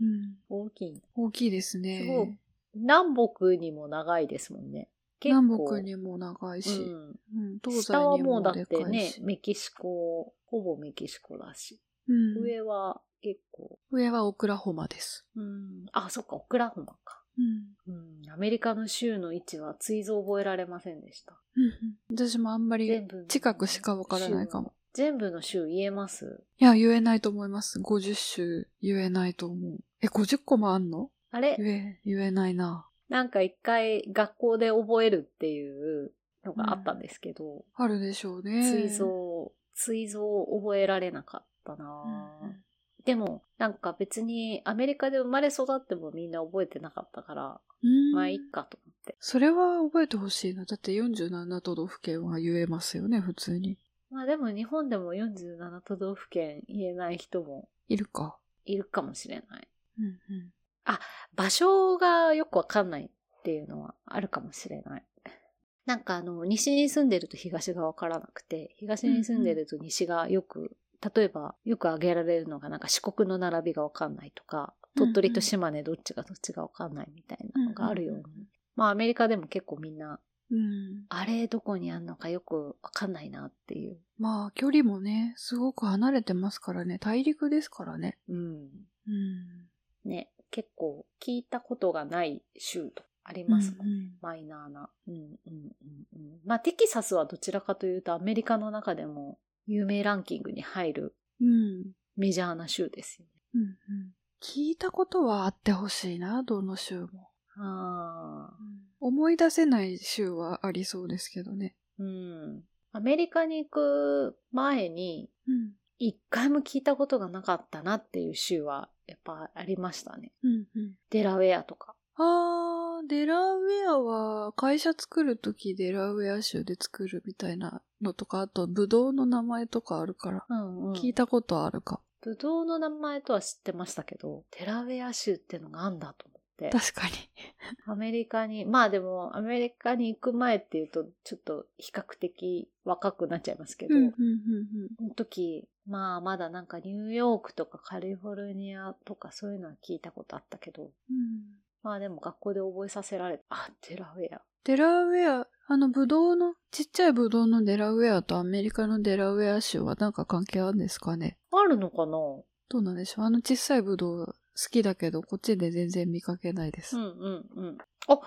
[SPEAKER 2] うん、
[SPEAKER 1] 大きいな。
[SPEAKER 2] 大きいですね。
[SPEAKER 1] すごい南北にも長いですもんね。結構
[SPEAKER 2] 南北にも長いし、
[SPEAKER 1] うん
[SPEAKER 2] うん、東西
[SPEAKER 1] 下は
[SPEAKER 2] に
[SPEAKER 1] も
[SPEAKER 2] も
[SPEAKER 1] うだ
[SPEAKER 2] で
[SPEAKER 1] っ
[SPEAKER 2] か
[SPEAKER 1] て
[SPEAKER 2] い
[SPEAKER 1] ね
[SPEAKER 2] し、。
[SPEAKER 1] メキシコ、ほぼメキシコだし。
[SPEAKER 2] うん
[SPEAKER 1] 上は結構、
[SPEAKER 2] 上はオクラホマです。
[SPEAKER 1] うん、あ、そっか、オクラホマか。
[SPEAKER 2] うん
[SPEAKER 1] うん、アメリカの州の位置は追蔵覚えられませんでした。
[SPEAKER 2] 私もあんまり
[SPEAKER 1] 全部の
[SPEAKER 2] 近くしかわからないかも。
[SPEAKER 1] 全部の州言えます
[SPEAKER 2] いや、言えないと思います。50種言えないと思う。え、50個もあんの
[SPEAKER 1] あれ
[SPEAKER 2] 言え、言えないな。
[SPEAKER 1] なんか一回学校で覚えるっていうのがあったんですけど、
[SPEAKER 2] あるでしょうね。
[SPEAKER 1] 追蔵、追蔵覚えられなかったなぁ、
[SPEAKER 2] うん
[SPEAKER 1] でも、なんか別にアメリカで生まれ育ってもみんな覚えてなかったから、
[SPEAKER 2] うん。
[SPEAKER 1] まあいっかと思って。
[SPEAKER 2] それは覚えてほしいな。だって47都道府県は言えますよね、普通に。
[SPEAKER 1] まあでも日本でも47都道府県言えない人も
[SPEAKER 2] いるか。
[SPEAKER 1] いるかもしれない。
[SPEAKER 2] うんうん。
[SPEAKER 1] 場所がよくわかんないっていうのはあるかもしれない。なんかあの、西に住んでると東がわからなくて、東に住んでると西がよく、例えばよく挙げられるのがなんか四国の並びがわかんないとか、鳥取と島根どっちがどっちがわかんないみたいなのがあるように。まあアメリカでも結構みんな、
[SPEAKER 2] うん。
[SPEAKER 1] あれどこにあんのかよくわかんないなっていう。
[SPEAKER 2] まあ、距離もね、すごく離れてますからね。大陸ですからね。
[SPEAKER 1] うん。
[SPEAKER 2] うん。
[SPEAKER 1] ね、結構聞いたことがない州とかありますもんね。
[SPEAKER 2] うん
[SPEAKER 1] マイナーな。うんうんうんうん。まあ、テキサスはどちらかというとアメリカの中でも有名ランキングに入る
[SPEAKER 2] うん。うん。
[SPEAKER 1] メジャーな州ですよね。
[SPEAKER 2] うんうん。聞いたことはあってほしいな、どの州も。
[SPEAKER 1] ああ。
[SPEAKER 2] 思い出せない州はありそうですけどね。
[SPEAKER 1] うん。アメリカに行く前に
[SPEAKER 2] うん。
[SPEAKER 1] 一回も聞いたことがなかったなっていう州はやっぱありましたね。
[SPEAKER 2] うんうん。
[SPEAKER 1] デラウェアとか。
[SPEAKER 2] あー、デラウェアは、会社作るときデラウェア州で作るみたいなのとか、あと、ブドウの名前とかあるから、
[SPEAKER 1] うんうん。
[SPEAKER 2] 聞いたことあるか。
[SPEAKER 1] ブドウの名前とは知ってましたけど、デラウェア州ってのがあんだと思って。
[SPEAKER 2] 確
[SPEAKER 1] (laughs)
[SPEAKER 2] かに。
[SPEAKER 1] アメリカに、まあでも、アメリカに行く前っていうと、ちょっと比較的若くなっちゃいますけど、
[SPEAKER 2] うんうんうんうん。
[SPEAKER 1] その時、まあまだなんかニューヨークとかカリフォルニアとかそういうのは聞いたことあったけど、
[SPEAKER 2] うん
[SPEAKER 1] まあでも学校で覚えさせられた。あ、デラウェア。
[SPEAKER 2] デラウェア、あの、ブドウの、ちっちゃいブドウのデラウェアとアメリカのデラウェア州はなんか関係あるんですかね
[SPEAKER 1] あるのかなう
[SPEAKER 2] どうなんでしょうあの小さいブドウ好きだけど、こっちで全然見かけないです。
[SPEAKER 1] んうんうん。あ、そ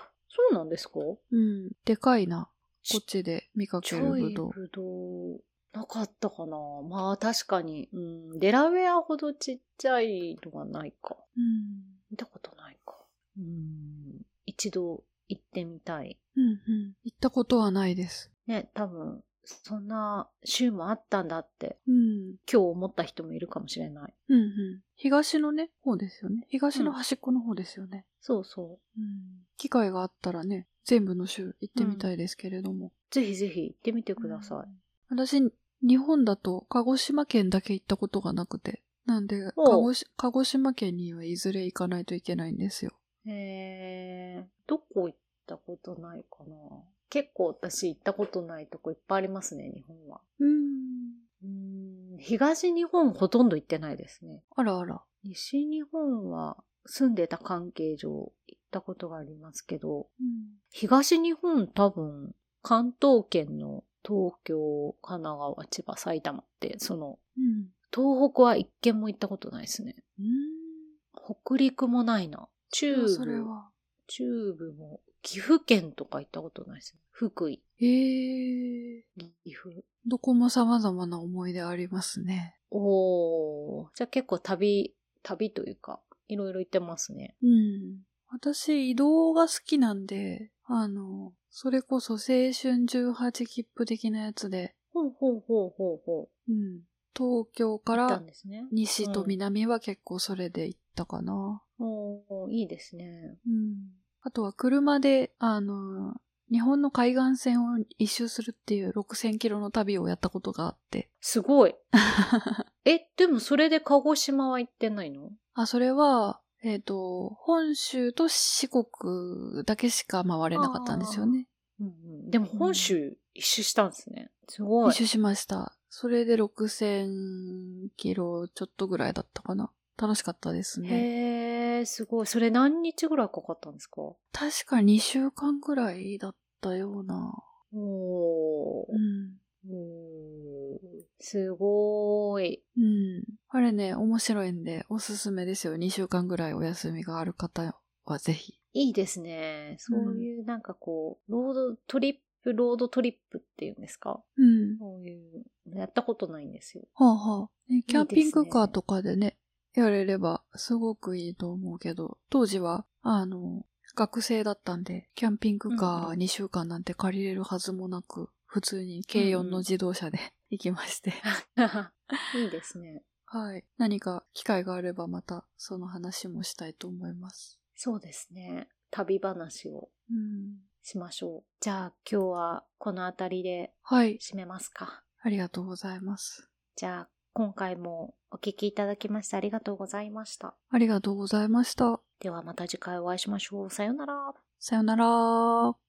[SPEAKER 1] うなんですか
[SPEAKER 2] うん。でかいな。こっちで見か
[SPEAKER 1] ち
[SPEAKER 2] ける
[SPEAKER 1] ょ
[SPEAKER 2] ブ
[SPEAKER 1] い
[SPEAKER 2] ドウ。
[SPEAKER 1] ぶどうなかったかなまあ確かに、うん、デラウェアほどちっちゃいのはないか。
[SPEAKER 2] うん。
[SPEAKER 1] 見たことないか。うん。一度行ってみたい。
[SPEAKER 2] うんうん。行ったことはないです。
[SPEAKER 1] ね、多分、そんな州もあったんだって、
[SPEAKER 2] うん。
[SPEAKER 1] 今日思った人もいるかもしれない。
[SPEAKER 2] うんうん。東のね、方ですよね。東の端っこの方ですよね。
[SPEAKER 1] そうそう。
[SPEAKER 2] うん。機会があったらね、全部の州行ってみたいですけれども。
[SPEAKER 1] ぜひぜひ行ってみてください。
[SPEAKER 2] 私、日本だと鹿児島県だけ行ったことがなくて。なんで、鹿
[SPEAKER 1] お
[SPEAKER 2] 児し鹿児島県にはいずれ行かないといけないんですよ。
[SPEAKER 1] えー、どこ行ったことないかな結構私行ったことないとこいっぱいありますね、日本は。
[SPEAKER 2] うん。
[SPEAKER 1] うん、東日本ほとんど行ってないですね。
[SPEAKER 2] あらあら。
[SPEAKER 1] 西日本は住んでた関係上行ったことがありますけど、
[SPEAKER 2] うん。
[SPEAKER 1] 東日本多分関東圏の東京、神奈川、千葉、埼玉ってその
[SPEAKER 2] うん。
[SPEAKER 1] 東北は一軒も行ったことないですね。
[SPEAKER 2] うん。
[SPEAKER 1] 北陸もないな。中
[SPEAKER 2] それ
[SPEAKER 1] 部、
[SPEAKER 2] は。
[SPEAKER 1] 中部も岐阜県とか行ったことないですね。福井、
[SPEAKER 2] えー、
[SPEAKER 1] 岐阜。
[SPEAKER 2] どこも様々な思い出ありますね。
[SPEAKER 1] おー。じゃあ結構旅、旅というか、いろいろ行ってますね。
[SPEAKER 2] うん。私、移動が好きなんで、あの、それこそ青春18切符的なやつで、
[SPEAKER 1] ほうほうほうほうほ
[SPEAKER 2] うん。東京
[SPEAKER 1] う。
[SPEAKER 2] か
[SPEAKER 1] 行った
[SPEAKER 2] ら
[SPEAKER 1] んですね。
[SPEAKER 2] 西と南は結構それで行ったかな。
[SPEAKER 1] おー、いいですね。
[SPEAKER 2] うん。あとは車で、あの、日本の海岸線を一周するっていう6000キロの旅をやったことがあって。
[SPEAKER 1] すご
[SPEAKER 2] (laughs)
[SPEAKER 1] い。え、でもそれで鹿児島は行ってないの
[SPEAKER 2] あ、それは、えっ、と、本州と四国だけしか回れなかったんですよね。
[SPEAKER 1] うんうん、でも本州一周したんですね。すごい
[SPEAKER 2] 一。周しました。それで6000キロちょっとぐらいだったかな。楽しかったですね。
[SPEAKER 1] へえ、すごい。それ何日ぐらいかかったんですか
[SPEAKER 2] 確か2週間ぐらいだったような。
[SPEAKER 1] おー。
[SPEAKER 2] ん。
[SPEAKER 1] うーんすごーい。
[SPEAKER 2] うん。あれね、面白いんで、おすすめですよ。2週間ぐらいお休みがある方はぜひ。
[SPEAKER 1] いいですね。そういうなんかこう、ロードトリップ、ロードトリップっていうんですか
[SPEAKER 2] うん。
[SPEAKER 1] そういう、やったことないん (laughs) ですよ。
[SPEAKER 2] はあはあ。ねキャンピングカー
[SPEAKER 1] いいですね
[SPEAKER 2] とかでね、やれればすごくいいと思うけど、当時は、あの、学生だったんで、キャンピングカ
[SPEAKER 1] うんう
[SPEAKER 2] ー2週間なんて借りれるはずもなく、普通に軽4の自動車で (laughs) 行きまして。
[SPEAKER 1] いいですね。
[SPEAKER 2] はい。何か機会があればまたその話もしたいと思います。
[SPEAKER 1] そうですね。旅話を
[SPEAKER 2] うん。
[SPEAKER 1] しましょう。じゃあ今日はこの辺りで
[SPEAKER 2] はい。
[SPEAKER 1] 締めますか。
[SPEAKER 2] ありがとうございます。
[SPEAKER 1] じゃあ今回もお聞きいただきましてありがとうございました。
[SPEAKER 2] ありがとうございました。
[SPEAKER 1] ではまた次回お会いしましょう。さようなら。
[SPEAKER 2] さよなら。